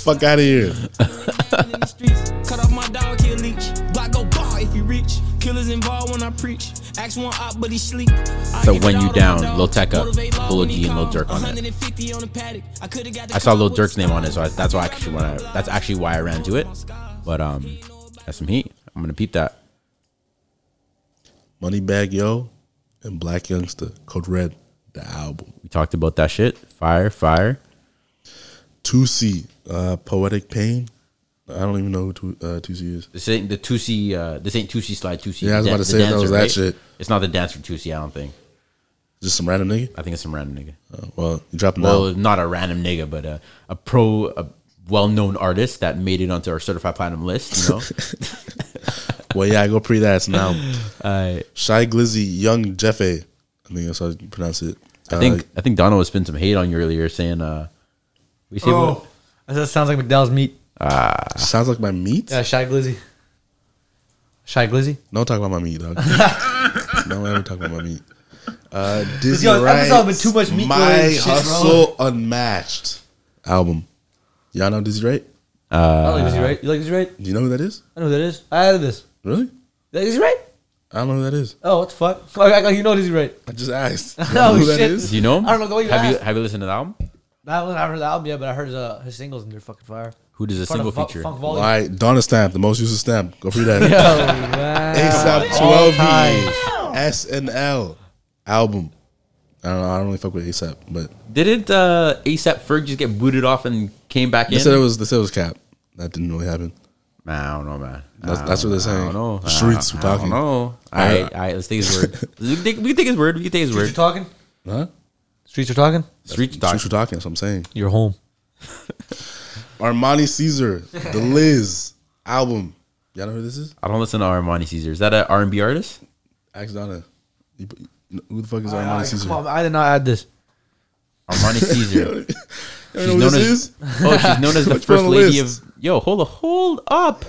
Speaker 4: Fuck out of here.
Speaker 11: in the streets. Cut off my dog, kill leech. Block go bar if you reach. Killers involved when I preach. Ask one op, but he sleep. I
Speaker 2: So
Speaker 11: give it
Speaker 2: when you
Speaker 11: all to my
Speaker 2: down,
Speaker 11: dog.
Speaker 2: Lil Tecca,
Speaker 11: Motivate law
Speaker 2: Lil
Speaker 11: when he
Speaker 2: G and Lil
Speaker 11: calm.
Speaker 2: Durk on it.
Speaker 11: 150 on the paddock. I could've got the
Speaker 2: I saw
Speaker 11: car
Speaker 2: Lil
Speaker 11: with
Speaker 2: Durk's
Speaker 11: the
Speaker 2: name on it, so I,
Speaker 11: stars.
Speaker 2: that's why I actually why I, that's actually why I ran to it. But um, that's some heat. I'm gonna peep that.
Speaker 4: Moneybag Yo and Black Youngster Code Red the album.
Speaker 2: We talked about that shit. Fire, fire.
Speaker 4: 2C uh, Poetic Pain. I don't even know who two, uh, 2C is.
Speaker 2: This ain't the two C. Uh, this ain't two C slide two C.
Speaker 4: Yeah, I was about to say that was that shit.
Speaker 2: It's not the dancer two C. I don't think.
Speaker 4: Just some random nigga.
Speaker 2: I think it's some random nigga.
Speaker 4: Uh, well, you dropping that.
Speaker 2: Well, not a random nigga, but a, a pro, a well-known artist that made it onto our certified platinum list.
Speaker 4: [laughs]
Speaker 2: You know,
Speaker 4: Well, yeah, I go pre that now.
Speaker 2: I,
Speaker 4: Shy Glizzy Young Jeffe. I think that's how you pronounce it. Uh,
Speaker 2: I think I think Donald was spitting some hate on you earlier, saying, uh, "We say
Speaker 3: Oh.
Speaker 2: what?
Speaker 3: That sounds like McDowell's meat.
Speaker 4: sounds like my meat.
Speaker 3: Yeah, Shy Glizzy. Shy Glizzy.
Speaker 4: Don't talk about my
Speaker 3: [laughs]
Speaker 4: meat, dog. Don't ever talk about my meat. Uh, Dizzy
Speaker 3: Yo,
Speaker 4: Wright's
Speaker 3: episode with too much meat
Speaker 4: My
Speaker 3: related shit, bro.
Speaker 4: Hustle Unmatched album. Y'all know Dizzy Wright?
Speaker 3: I don't like Glizzy, right? You like Glizzy, right?
Speaker 4: Do you know who that is?
Speaker 3: I know who that is. I added this.
Speaker 4: Really?
Speaker 3: You like Glizzy, right?
Speaker 4: I don't know who that is.
Speaker 3: Oh, what the fuck? Like, like, like, you know Glizzy, right?
Speaker 4: I
Speaker 3: [laughs]
Speaker 4: just asked. You
Speaker 3: Oh,
Speaker 4: know who that
Speaker 3: shit.
Speaker 4: is?
Speaker 2: Do you know him?
Speaker 3: I don't know the way you
Speaker 2: have you
Speaker 3: asked.
Speaker 2: have you listened to the album?
Speaker 3: I haven't heard the album yet, but I heard his, uh, his singles and they're fucking fire.
Speaker 2: Who does a
Speaker 3: Part
Speaker 2: single
Speaker 3: of Fu-
Speaker 2: feature?
Speaker 3: Funk
Speaker 4: All
Speaker 3: Volume.
Speaker 4: right, Donna Stamp, the most used stamp. Go free [laughs] that.
Speaker 3: Oh, wow.
Speaker 4: ASAP
Speaker 3: All
Speaker 4: 12
Speaker 3: time.
Speaker 4: SNL album. I don't know. I don't really fuck with ASAP, but
Speaker 2: Didn't uh, ASAP Ferg just get booted off and came back
Speaker 4: they
Speaker 2: in?
Speaker 4: said it was they said it was cap. That didn't really happen.
Speaker 2: Nah, I don't know, man.
Speaker 4: That's-
Speaker 2: I
Speaker 4: that's what
Speaker 2: don't-
Speaker 4: they're saying.
Speaker 2: I don't know.
Speaker 4: The streets
Speaker 2: I,
Speaker 4: were talking.
Speaker 2: I don't know. All right, all right. Let's take his word.
Speaker 4: [laughs]
Speaker 2: we, can take, we can take his word. We can take his
Speaker 3: Streets are
Speaker 2: word.
Speaker 3: talking?
Speaker 4: Huh?
Speaker 3: Streets are talking?
Speaker 2: Streets
Speaker 4: That's what
Speaker 2: talking.
Speaker 4: you're talking. That's what I'm saying.
Speaker 3: You're home.
Speaker 4: Armani Caesar, the Liz album. Y'all know who this is?
Speaker 2: I don't listen to Armani Caesar. Is that an R and B artist?
Speaker 4: Ask Donna. You put- you know- Who the fuck is
Speaker 3: Uh,
Speaker 4: Armani Caesar?
Speaker 3: come on, I did not add this.
Speaker 4: [laughs]
Speaker 2: Armani Caesar.
Speaker 4: You know who this
Speaker 2: as
Speaker 4: is?
Speaker 2: oh,
Speaker 4: [laughs]
Speaker 2: she's known as the
Speaker 4: Which one
Speaker 2: first
Speaker 4: on the
Speaker 2: lady
Speaker 4: list?
Speaker 2: of yo. Hold a hold up.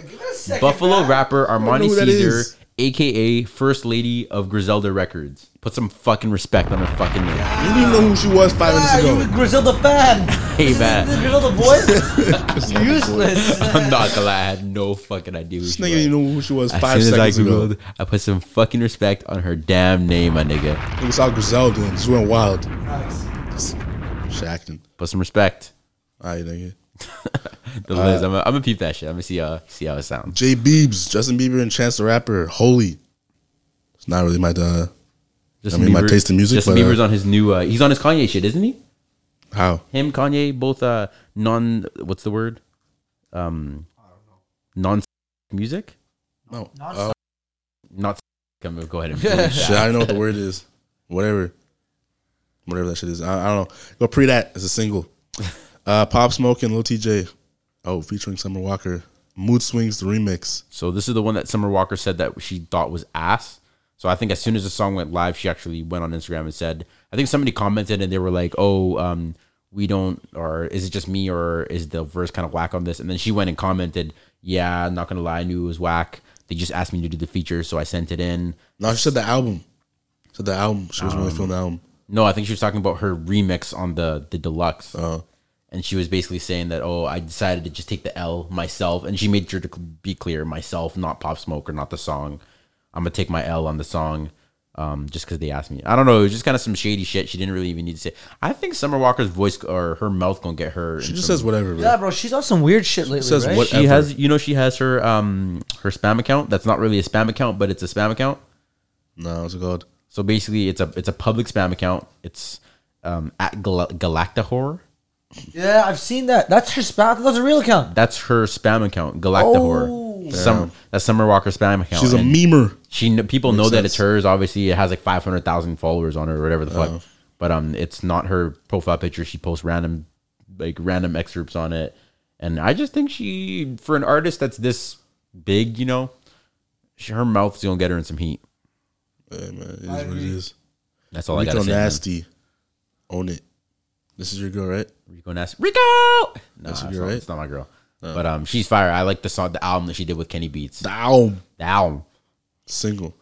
Speaker 2: Buffalo rapper Armani
Speaker 4: who that
Speaker 2: Caesar,
Speaker 4: is.
Speaker 2: aka first lady of Griselda Records. Put some fucking respect on her fucking name.
Speaker 4: You didn't even know who she was five
Speaker 3: Ah,
Speaker 4: minutes
Speaker 3: you a
Speaker 4: ago.
Speaker 3: Griselda fan.
Speaker 2: Hey
Speaker 4: [laughs]
Speaker 3: [laughs]
Speaker 2: man,
Speaker 3: Griselda boy? [laughs] Useless.
Speaker 2: I'm not gonna lie. I had no fucking idea. who
Speaker 4: This
Speaker 2: she
Speaker 4: nigga didn't
Speaker 2: was.
Speaker 4: know who she was
Speaker 2: As
Speaker 4: five
Speaker 2: soon as I
Speaker 4: seconds ago.
Speaker 2: googled, I put some fucking respect on her damn name, my nigga.
Speaker 4: Nigga saw Griselda and just went wild. Just acting.
Speaker 2: Put some respect.
Speaker 4: All right, nigga. Uh,
Speaker 2: The Liz, I'm gonna I'm gonna peep that shit. I'm gonna see uh see how it sounds.
Speaker 4: Jay Biebs, Justin Bieber, and Chance the Rapper, Holy. It's not really my uh, I mean, my taste in music,
Speaker 2: Justin
Speaker 4: but, uh,
Speaker 2: Bieber's on his new. Uh, he's on his Kanye shit, isn't he?
Speaker 4: How
Speaker 2: him, Kanye, both uh, non. What's the word? Um, non music.
Speaker 4: No.
Speaker 2: Not.
Speaker 4: Oh.
Speaker 2: not. I'm gonna
Speaker 4: [laughs]
Speaker 2: go ahead and.
Speaker 4: shit, I don't know what the word is. Whatever. Whatever that shit is. I, I don't know. Go pre that. It's a single. Uh, Pop Smoke and Lil TJ. Oh, featuring Summer Walker. Mood Swings the remix.
Speaker 2: So this is the one that Summer Walker said that she thought was ass. So I think as soon as the song went live, she actually went on Instagram and said, I think somebody commented and they were like, "Oh, um, we don't, or is it just me, or is the verse kind of whack on this?" And then she went and commented, "Yeah, I'm not gonna lie, I knew it was whack. They just asked me to do the feature, so I sent it in."
Speaker 4: No, she said the album. So the album. She was really feeling the album.
Speaker 2: No, I think she was talking about her remix on the the deluxe.
Speaker 4: Uh-huh.
Speaker 2: And she was basically saying that, oh, I decided to just take the L myself. And she made sure to cl- be clear, myself, not Pop Smoke or not the song. I'm gonna take my L on the song, um, just because they asked me. I don't know. It was just kind of some shady shit. She didn't really even need to say. I think Summer Walker's voice or her mouth gonna get her.
Speaker 4: She just says whatever.
Speaker 3: Yeah, bro, she's on some weird shit lately,
Speaker 4: says
Speaker 3: right?
Speaker 4: what-
Speaker 2: She has, you know, she has her um her spam account. That's not really a spam account, but it's a spam account.
Speaker 4: No, what's it called?
Speaker 2: So basically, it's a it's a public spam account. It's um at Gal- Galactahor.
Speaker 3: yeah, I've seen that. That's her spouse. That's a real account.
Speaker 2: That's her spam account, Galactahor.
Speaker 3: Oh.
Speaker 2: Summer, that's Summer Walker spam account.
Speaker 4: She's a
Speaker 2: And
Speaker 4: memer.
Speaker 2: She kn- people know
Speaker 4: Makes
Speaker 2: that it's hers. Obviously, it has like five hundred thousand followers on her or whatever the fuck.
Speaker 4: Oh.
Speaker 2: But um, it's not her profile picture. She posts random, like random excerpts on it, and I just think she, for an artist that's this big, you know, she, her mouth's gonna get her in some heat.
Speaker 4: Hey, man, it is what it is.
Speaker 2: That's all I
Speaker 4: Rico
Speaker 2: gotta say, man.
Speaker 4: Nasty. Own it. This is your girl, right?
Speaker 2: Rico Nasty. Rico. No,
Speaker 4: That's
Speaker 2: it's
Speaker 4: your
Speaker 2: not,
Speaker 4: girl, right? Oh.
Speaker 2: it's not my girl. But um, she's fire. I like the song, the album that she did with Kenny Beats.
Speaker 4: The album.
Speaker 2: The album.
Speaker 4: Single.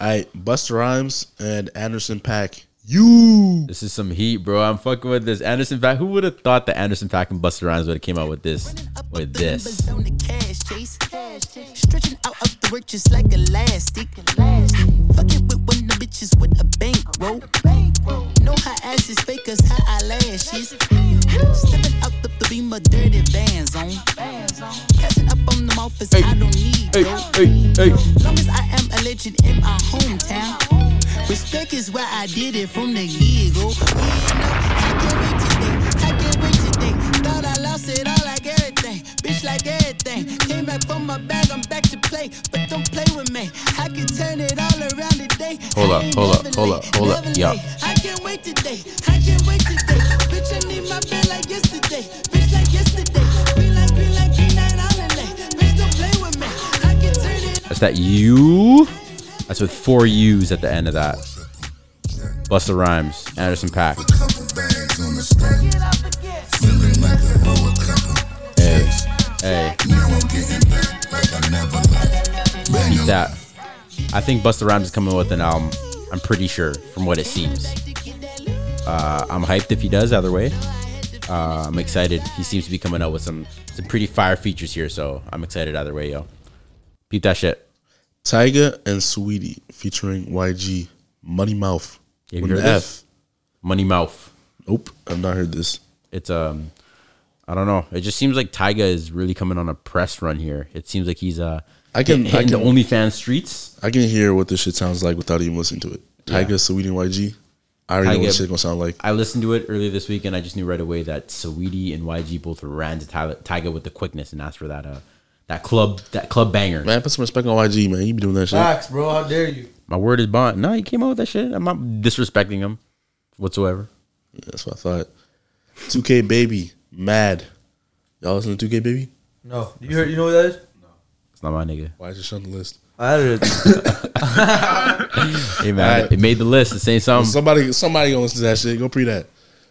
Speaker 4: All right. Buster Rhymes and Anderson Pack. You.
Speaker 2: This is some heat, bro. I'm fucking with this Anderson Pack. Who would have thought that Anderson Pack and Buster Rhymes would have came out with this? With this,
Speaker 12: Numbers on the cash chase. Stretching out of the work just like elastic. Fucking with one of the bitches with a bankroll. Know how ass is fake as how eyelashes. Stepping out the, the beam of dirty vans on. Passing up on the mouth is I don't need hey,
Speaker 2: hey, hey.
Speaker 12: Long as I am a legend in my hometown. Respect is why I did it from the giggle. I can't wait today. Thought I lost it all like everything. Bitch, like everything. Came back from my bag, I'm back to play. But don't play with me. I can turn it all around today.
Speaker 2: Hold
Speaker 12: I
Speaker 2: up,
Speaker 12: ain't
Speaker 2: hold up,
Speaker 12: never
Speaker 2: hold
Speaker 12: late,
Speaker 2: up, hold up.
Speaker 12: never
Speaker 2: Yeah.
Speaker 12: late. I can't wait today. I can't wait today. Bitch, I need my bed like yesterday. Bitch, like yesterday. Green like green like green, night all in late. Bitch, don't play with me. I can turn it
Speaker 2: that's that you. That's with four U's at the end of that. Buster Rhymes, Anderson Pack. Hey, hey. Beat that. I think Buster Rhymes is coming with an album. I'm pretty sure, from what it seems. Uh, I'm hyped if he does. Either way, uh, I'm excited. He seems to be coming out with some some pretty fire features here, so I'm excited either way, yo. Peep that shit.
Speaker 4: Tyga and Sweetie featuring YG. Money Mouth.
Speaker 2: Have you
Speaker 4: With
Speaker 2: heard
Speaker 4: an
Speaker 2: this? Money Mouth.
Speaker 4: Nope, I've not heard this.
Speaker 2: It's um, I don't know. It just seems like Tyga is really coming on a press run here. It seems like he's uh,
Speaker 4: I
Speaker 2: [laughs]
Speaker 4: can-
Speaker 2: hitting
Speaker 4: I can-
Speaker 2: the OnlyFans streets.
Speaker 4: I can hear what this shit sounds like without even listening to it.
Speaker 2: Yeah.
Speaker 4: Tyga, Sweetie, YG. I already know what
Speaker 2: Tyga-
Speaker 4: this shit gonna sound like.
Speaker 2: I listened to it earlier this week, and I just knew right away that Saweetie and YG both ran to Tyga, Tyga with the quickness and asked for that uh, that club that club banger.
Speaker 4: Man, put some respect on YG, man. He be doing that shit.
Speaker 3: Facts, bro. How dare you?
Speaker 2: My word is bond. No, he came out with that shit. I'm not disrespecting him whatsoever.
Speaker 4: That's what I thought. 2K Baby, mad. Y'all listen to 2K Baby?
Speaker 3: No, you heard? You know what that is?
Speaker 2: It's not my nigga.
Speaker 4: Why is it on the list?
Speaker 3: [coughs] I heard it.
Speaker 2: Hey man,
Speaker 4: Alright.
Speaker 2: it made the list. It's saying something.
Speaker 4: somebody, somebody gonna listen to that shit. Go pre that.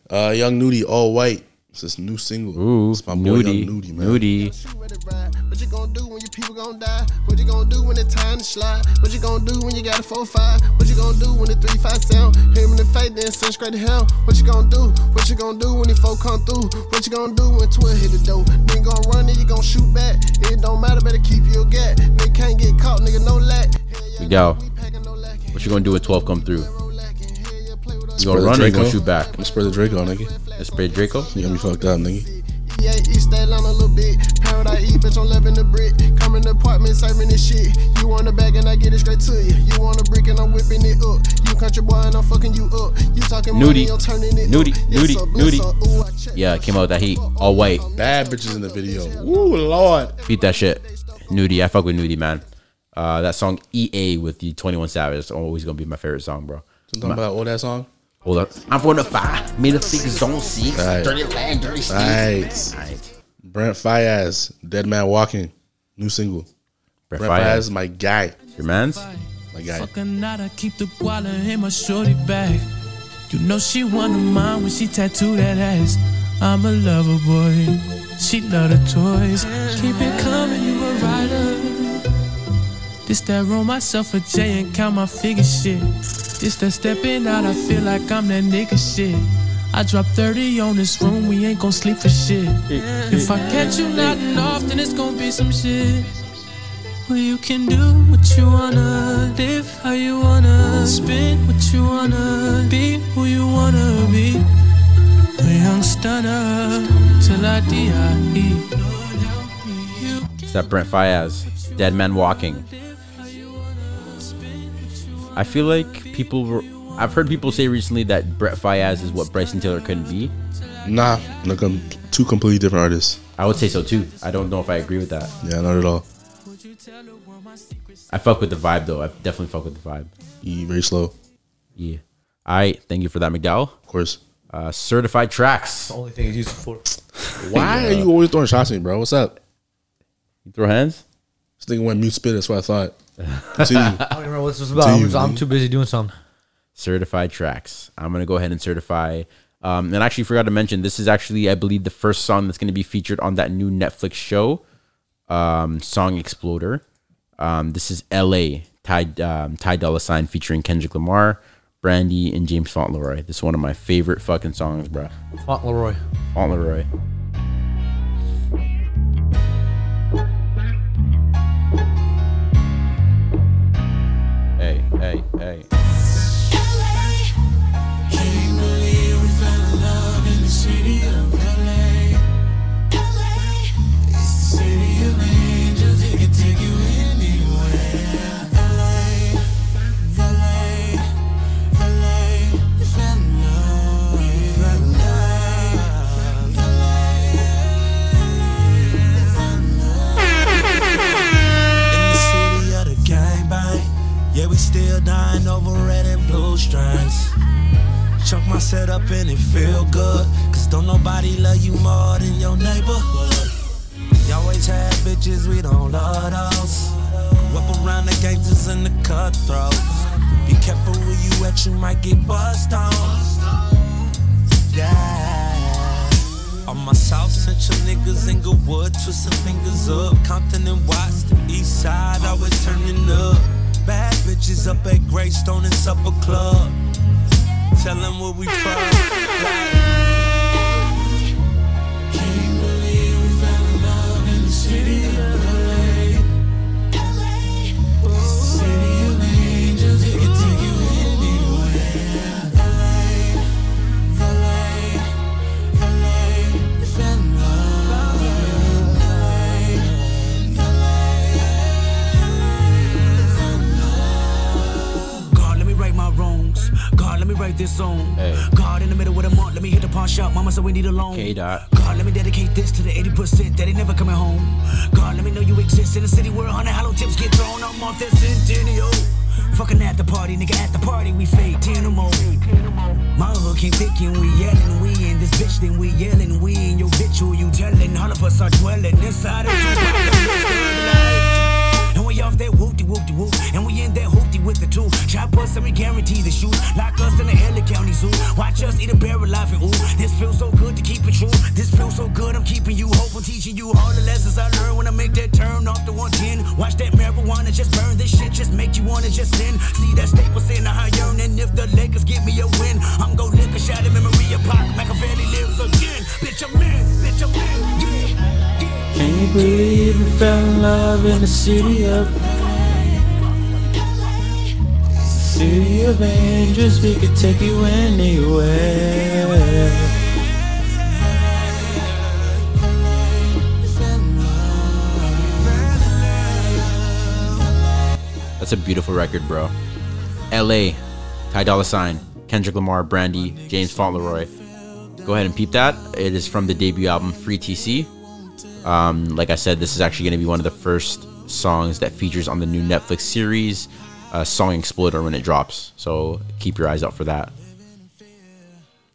Speaker 4: Uh, Young Nudie, all white. It's this new single.
Speaker 2: Ooh,
Speaker 4: it's my boy
Speaker 2: nudie,
Speaker 4: Young Nudie, man.
Speaker 2: nudie.
Speaker 13: What you gonna do when your people gonna die? What you gonna do when the time to slide? What you gonna do when you got a 4-5? What you gonna do when the 3-5 sound? Hit him in the face, then send straight to hell. What you gonna do? What you gonna do when the folk come through? What you gonna do when 12 hit the door? Nigga gonna run and you gonna shoot back. It don't matter, better keep your gap. Nigga can't get caught, nigga no lack.
Speaker 2: Yo, what you gonna do with 12 come through? You
Speaker 4: Spray
Speaker 2: gonna
Speaker 4: the
Speaker 2: run or you gonna
Speaker 4: Draco.
Speaker 2: should back?
Speaker 4: Let's spray the Draco, nigga.
Speaker 2: Let's spray Draco.
Speaker 4: You got me fucked up, nigga.
Speaker 13: PA East, stay on E a little bit. Paradise E East, bitch, I'm loving the brick. Come in the apartment, serving this shit. You want a bag and I get it straight to you. You want a brick and I'm whipping it up. You country boy and I'm fucking you up. You talking money,
Speaker 2: Nudie,
Speaker 13: I'm turning it
Speaker 2: nudie,
Speaker 13: up. Yes,
Speaker 2: nudie,
Speaker 13: sir, bless, sir. Ooh, I
Speaker 2: nudie. Yeah, it came out with that heat, all white.
Speaker 4: Bad bitches in the video. Ooh, Lord.
Speaker 2: Beat that shit. Nudie, I fuck with Nudie, man. Uh, that song EA with the 21 Savage is always gonna be my favorite song, bro.
Speaker 4: Something about all that song.
Speaker 2: Hold up. I'm from the five, me the six, zone six,
Speaker 4: Right.
Speaker 2: dirty land, dirty street.
Speaker 4: Nice. Brent Fias, Dead Man Walking, new single. Brent,
Speaker 2: Faiyaz.
Speaker 4: Faiyaz is my guy.
Speaker 2: Your man's?
Speaker 4: My guy.
Speaker 14: Fucking out, I keep the guala in my shorty bag. You know she one of mine when she tattooed that ass. I'm a lover boy. She love the toys. Keep it coming, you a rider. This that roll myself a J and count my figure shit. This that stepping out, I feel like I'm that nigga shit. I drop 30 on this room, we ain't gon' sleep for shit. If I catch you nodding off, then it's gon' be some shit. Well, you can do what you wanna, live how you wanna, spin what you wanna, be who you wanna be. A young stunner till I E. die.
Speaker 2: It's that Brent Fias, Dead Man Walking. I feel like people were. I've heard people say recently that Brent Fias is what Bryson Taylor couldn't be.
Speaker 4: Nah, look, I'm two completely different artists.
Speaker 2: I would say so too. I don't know if I agree with that.
Speaker 4: Yeah, not at all.
Speaker 2: I fuck with the vibe though. I definitely fuck with the vibe.
Speaker 4: Yeah, very slow.
Speaker 2: Yeah. All right. Thank you for that, McDowell. Of
Speaker 4: course.
Speaker 2: Uh, certified tracks.
Speaker 3: The only thing it's used for.
Speaker 2: [laughs]
Speaker 4: Why are you always throwing shots at me, bro? What's up?
Speaker 2: You throw hands?
Speaker 4: This nigga went mute spit. That's what I thought. Continue.
Speaker 3: I don't even remember what this was about. I'm, I'm too busy doing something.
Speaker 2: certified tracks. I'm gonna go ahead and certify. Um, and I actually forgot to mention this is actually, I believe, the first song that's gonna be featured on that new Netflix show, um, Song Exploder. Um, this is L.A. Ty um, Ty Dolla Sign featuring Kendrick Lamar, Brandy, and James Fauntleroy. This is one of my favorite fucking songs, bruh.
Speaker 3: Fauntleroy.
Speaker 2: Fauntleroy. Hey, hey, hey.
Speaker 14: Can't believe we fell in love in the city of LA. It's the city of angels, it can take you anywhere. LA, LA, LA, we fell in love. We fell in love. LA, we fell in love. In the city of the gangbang, yeah, we still dying over red and blue strings. Chunk my set up and it feel good. Cause don't nobody love you more than your neighborhood. You always had bitches, we don't love those. Whip around the gangsters and the cutthroats. Be careful where you at, you might get buzzed on. Yeah. All my South Central niggas in Goodwood, twisting fingers up. Compton and Watts, the East Side, always turning up. Bad bitches up at Greystone and Supper Club. Tell 'em where we from. Can't believe we fell in love in the city of LA. It's the city of angels, it can take you anywhere. LA, LA, LA, we fell in love. LA, LA, we fell in love. God, let me right my wrongs. God, let me write this song. God, in the middle of the month, let me hit the pawn shop. Mama said we need a loan.
Speaker 2: K dot.
Speaker 14: God, let me dedicate this to the 80% that ain't never coming home. God, let me know you exist in a city where 100 hollow tips get thrown. I'm off that centennial. Fucking at the party, nigga, at the party, we fake Tanamo. My hood came thick and we yelling, we in this bitch, then we yelling, we in your bitch, who you telling? All of us are dwelling inside of two life. And we off that whoopty whoopty whoop, and we in that hoopty with the two. Chop us and we guarantee the shoot. Lock us in the LA County Zoo. Watch us eat a bear alive and ooh. This feels so good to keep it true. This feels so good, I'm keeping you hope. I'm teaching you all the lessons I learned when I make that turn off the 110. Watch that marijuana just burn. This shit just make you wanna just sin. See that Staples in I yearn, and if the Lakers give me a win, I'm gon' lick a shot in memory of Pac. Machiavelli lives again. Bitch, I'm in. Bitch, I'm in. Yeah. Can you believe we fell in love in the city of City of angels, we could take you anywhere.
Speaker 2: That's a beautiful record, bro. L.A. Ty Dolla Sign, Kendrick Lamar, Brandy, James Fauntleroy. Go ahead and peep that. It is from the debut album Free TC. Um, like I said, this is actually going to be one of the first songs that features on the new Netflix series, uh, Song Exploder, when it drops. So keep your eyes out for that.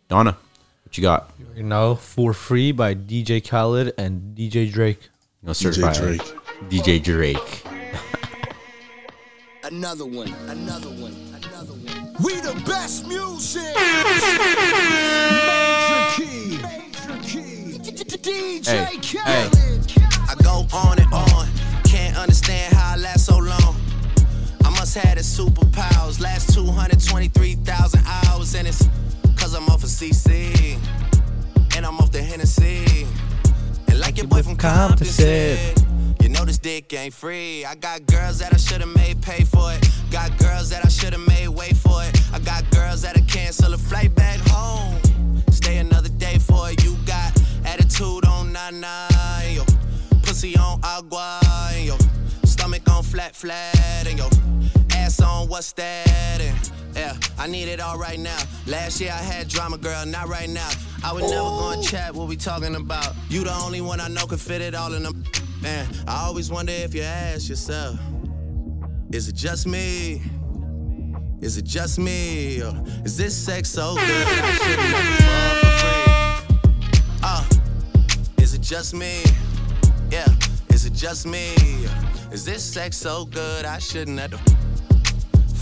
Speaker 2: Donna, what you got?
Speaker 3: You know, for free by DJ Khaled and DJ Drake.
Speaker 2: No certified DJ Drake.
Speaker 15: Another one, another one, another one.
Speaker 16: We the best music.
Speaker 15: Major
Speaker 16: key.
Speaker 15: DJ
Speaker 16: Hey,
Speaker 15: Khaled. I go on and on. Can't understand how I last so long. I must have the superpowers. Last 223,000 hours, and it's cause I'm off of CC. And I'm off the Hennessy. And like your boy from Compton said, you know this dick ain't free. I got girls that I should've made pay for it. Got girls that I should've made wait for it. I got girls that'll cancel a flight back home. Stay another day for it. You got attitude on nana, and your pussy on agua, and your stomach on flat flat, and your ass on what's that? And yeah, I need it all right now. Last year I had drama, girl, not right now. I would never go and chat what we talking about. You the only one I know can fit it all in a man. I always wonder if you ask yourself, is it just me? Is it just me? Or is this sex so good? I shouldn't let it fall for free. Uh, is it just me? Yeah, is it just me? Is this sex so good? I shouldn't have to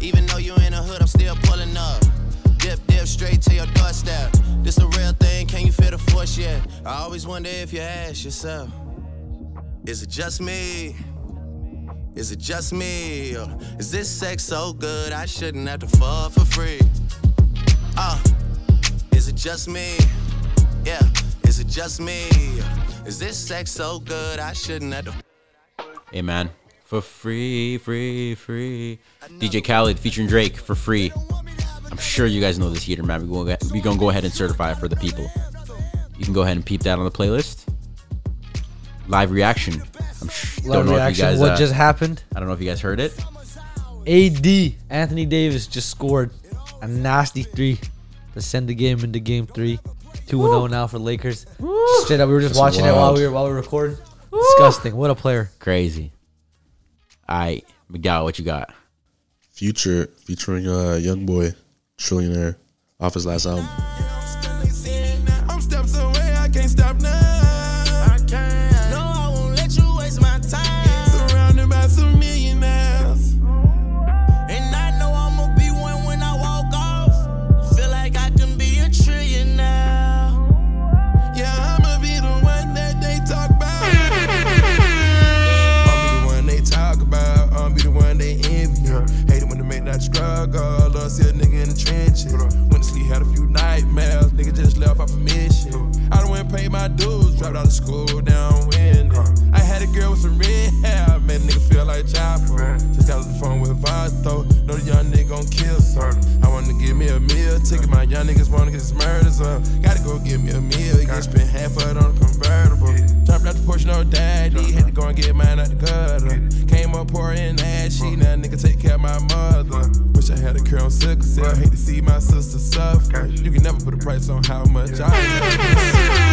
Speaker 15: Even though you in the hood, I'm still pulling up. Dip, dip, straight to your doorstep. This the real thing, can you feel the force yet? I always wonder if you ask yourself, is it just me? Is it just me? Or is this sex so good I shouldn't have to fuck for free? Uh, is it just me? Yeah, is it just me? Is this sex so good I shouldn't have to
Speaker 2: Hey man, for free, free, free. DJ Khaled featuring Drake for free. I'm sure you guys know this heater, man. We're gonna, we gonna go ahead and certify it for the people. You can go ahead and peep that on the playlist. Live reaction. I'm sh-
Speaker 3: Live reaction, what just happened?
Speaker 2: uh, I don't know if you guys heard it.
Speaker 3: AD Anthony Davis just scored a nasty three to send the game into game three. 2 and 0 now for Lakers. Straight up, we were just
Speaker 2: That's
Speaker 3: watching it while
Speaker 2: wild.
Speaker 3: we were while we were recording. Disgusting. What a player.
Speaker 2: Crazy. All right, McDowell, what you got?
Speaker 4: Future featuring a uh, young boy, trillionaire, off his last album.
Speaker 16: I'm steps away, I can't stop now. I can't. No, I won't let you waste my time. Surrounded by some millionaires. And I know I'ma be one when I walk off. Feel like I can be a trillionaire. Yeah, I'ma be the one that they talk about. I'ma be the one they talk about. I'ma be the one they envy. Hate it when they make that struggle. I see a nigga in the trenches. Went to sleep, had a few nightmares. Nigga just left off a mission. I done went and paid my dues. Dropped out of school down wind. I had a girl with some red hair. Made a nigga feel like Chapo. Just got on the phone with Vato. Know the young nigga gon' kill some. I wanna give me a meal ticket. My young niggas wanna get his murders up. Gotta go give me a meal. He can spend half of it on a convertible. Dropped out the Porsche, no daddy. Had to go and get mine out the gutter. Came up poor and ashy. Now nigga take care of my mother. Wish I had a curl on sickle cell. Hate to see my sister suffer. You can never put a price on how much I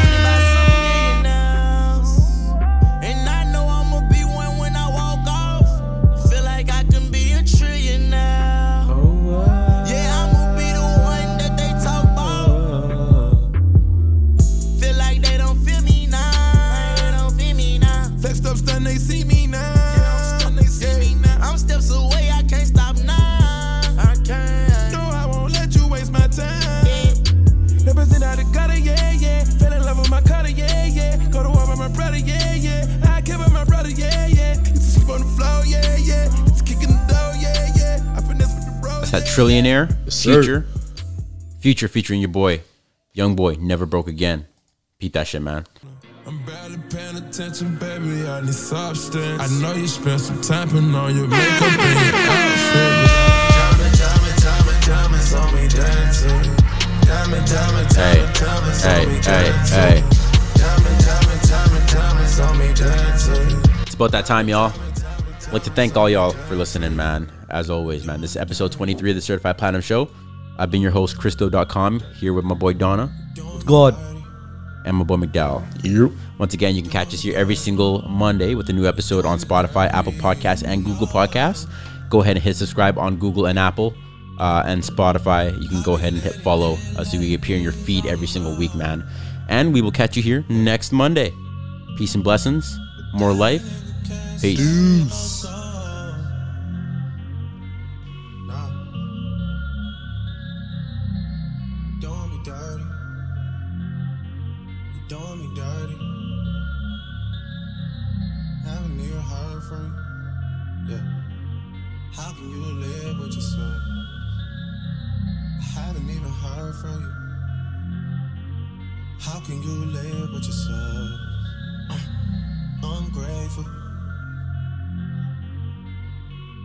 Speaker 15: And I know I'ma be one when I walk off. Feel like I can be a trillionaire. Yeah, I'ma be the one that they talk about. Feel like they don't feel me now. They don't feel me now.
Speaker 16: Text up, stun, they see me now. Yeah, I'm stunned, they see me now.
Speaker 15: I'm steps away, I can't stop now. I can't.
Speaker 16: No, I won't let you waste my time. Represent out the gutter, yeah, yeah. Fell in love with my cutter, yeah, yeah. Go to war with my brother, yeah, yeah. I care about my brother, yeah, yeah. Used to sleep on the floor, yeah, yeah. Used to kick in the door, yeah, yeah. I
Speaker 2: that trillionaire
Speaker 4: Yes, sir.
Speaker 2: future, future featuring your boy, young boy, never broke again. Pete that shit, man.
Speaker 7: Paying attention, baby, I need substance. I know you spent some time putting on your makeup and your outfit. Diamond, diamond, diamond, diamonds on me dancing. Diamond, diamond,
Speaker 2: Hey,
Speaker 7: diamond, diamonds on
Speaker 2: hey,
Speaker 7: me
Speaker 2: hey,
Speaker 7: dancing.
Speaker 2: hey.
Speaker 7: Diamond, diamond, diamond, diamonds on me dancing.
Speaker 2: It's about that time, y'all. I'd like to thank all y'all for listening, man. As always, man. This is episode 23 of the Certified Platinum Show. I've been your host, Christo.com, here with my boy Donna.
Speaker 17: God.
Speaker 2: And my boy McDowell. Once again, you can catch us here every single Monday with a new episode on Spotify, Apple Podcasts, and Google Podcasts. Go ahead and hit subscribe on Google and Apple uh, and Spotify. You can go ahead and hit follow uh, so we appear in your feed every single week, man. And we will catch you here next Monday. Peace and blessings. More life. Peace.
Speaker 7: doing me dirty. You doing me dirty. Haven't even heard from you. Yeah. How can you live with yourself? I haven't even heard from you. How can you live with yourself? Uh, Ungrateful.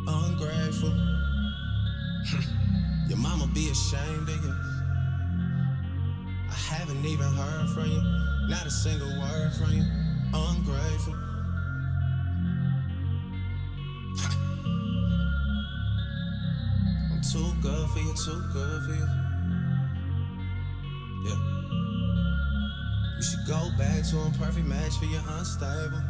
Speaker 7: Ungrateful. [laughs] Your mama be ashamed of you. I haven't even heard from you. Not a single word from you. Ungrateful. I'm too good for you, too good for you. Yeah. You should go back to a perfect match for your unstable.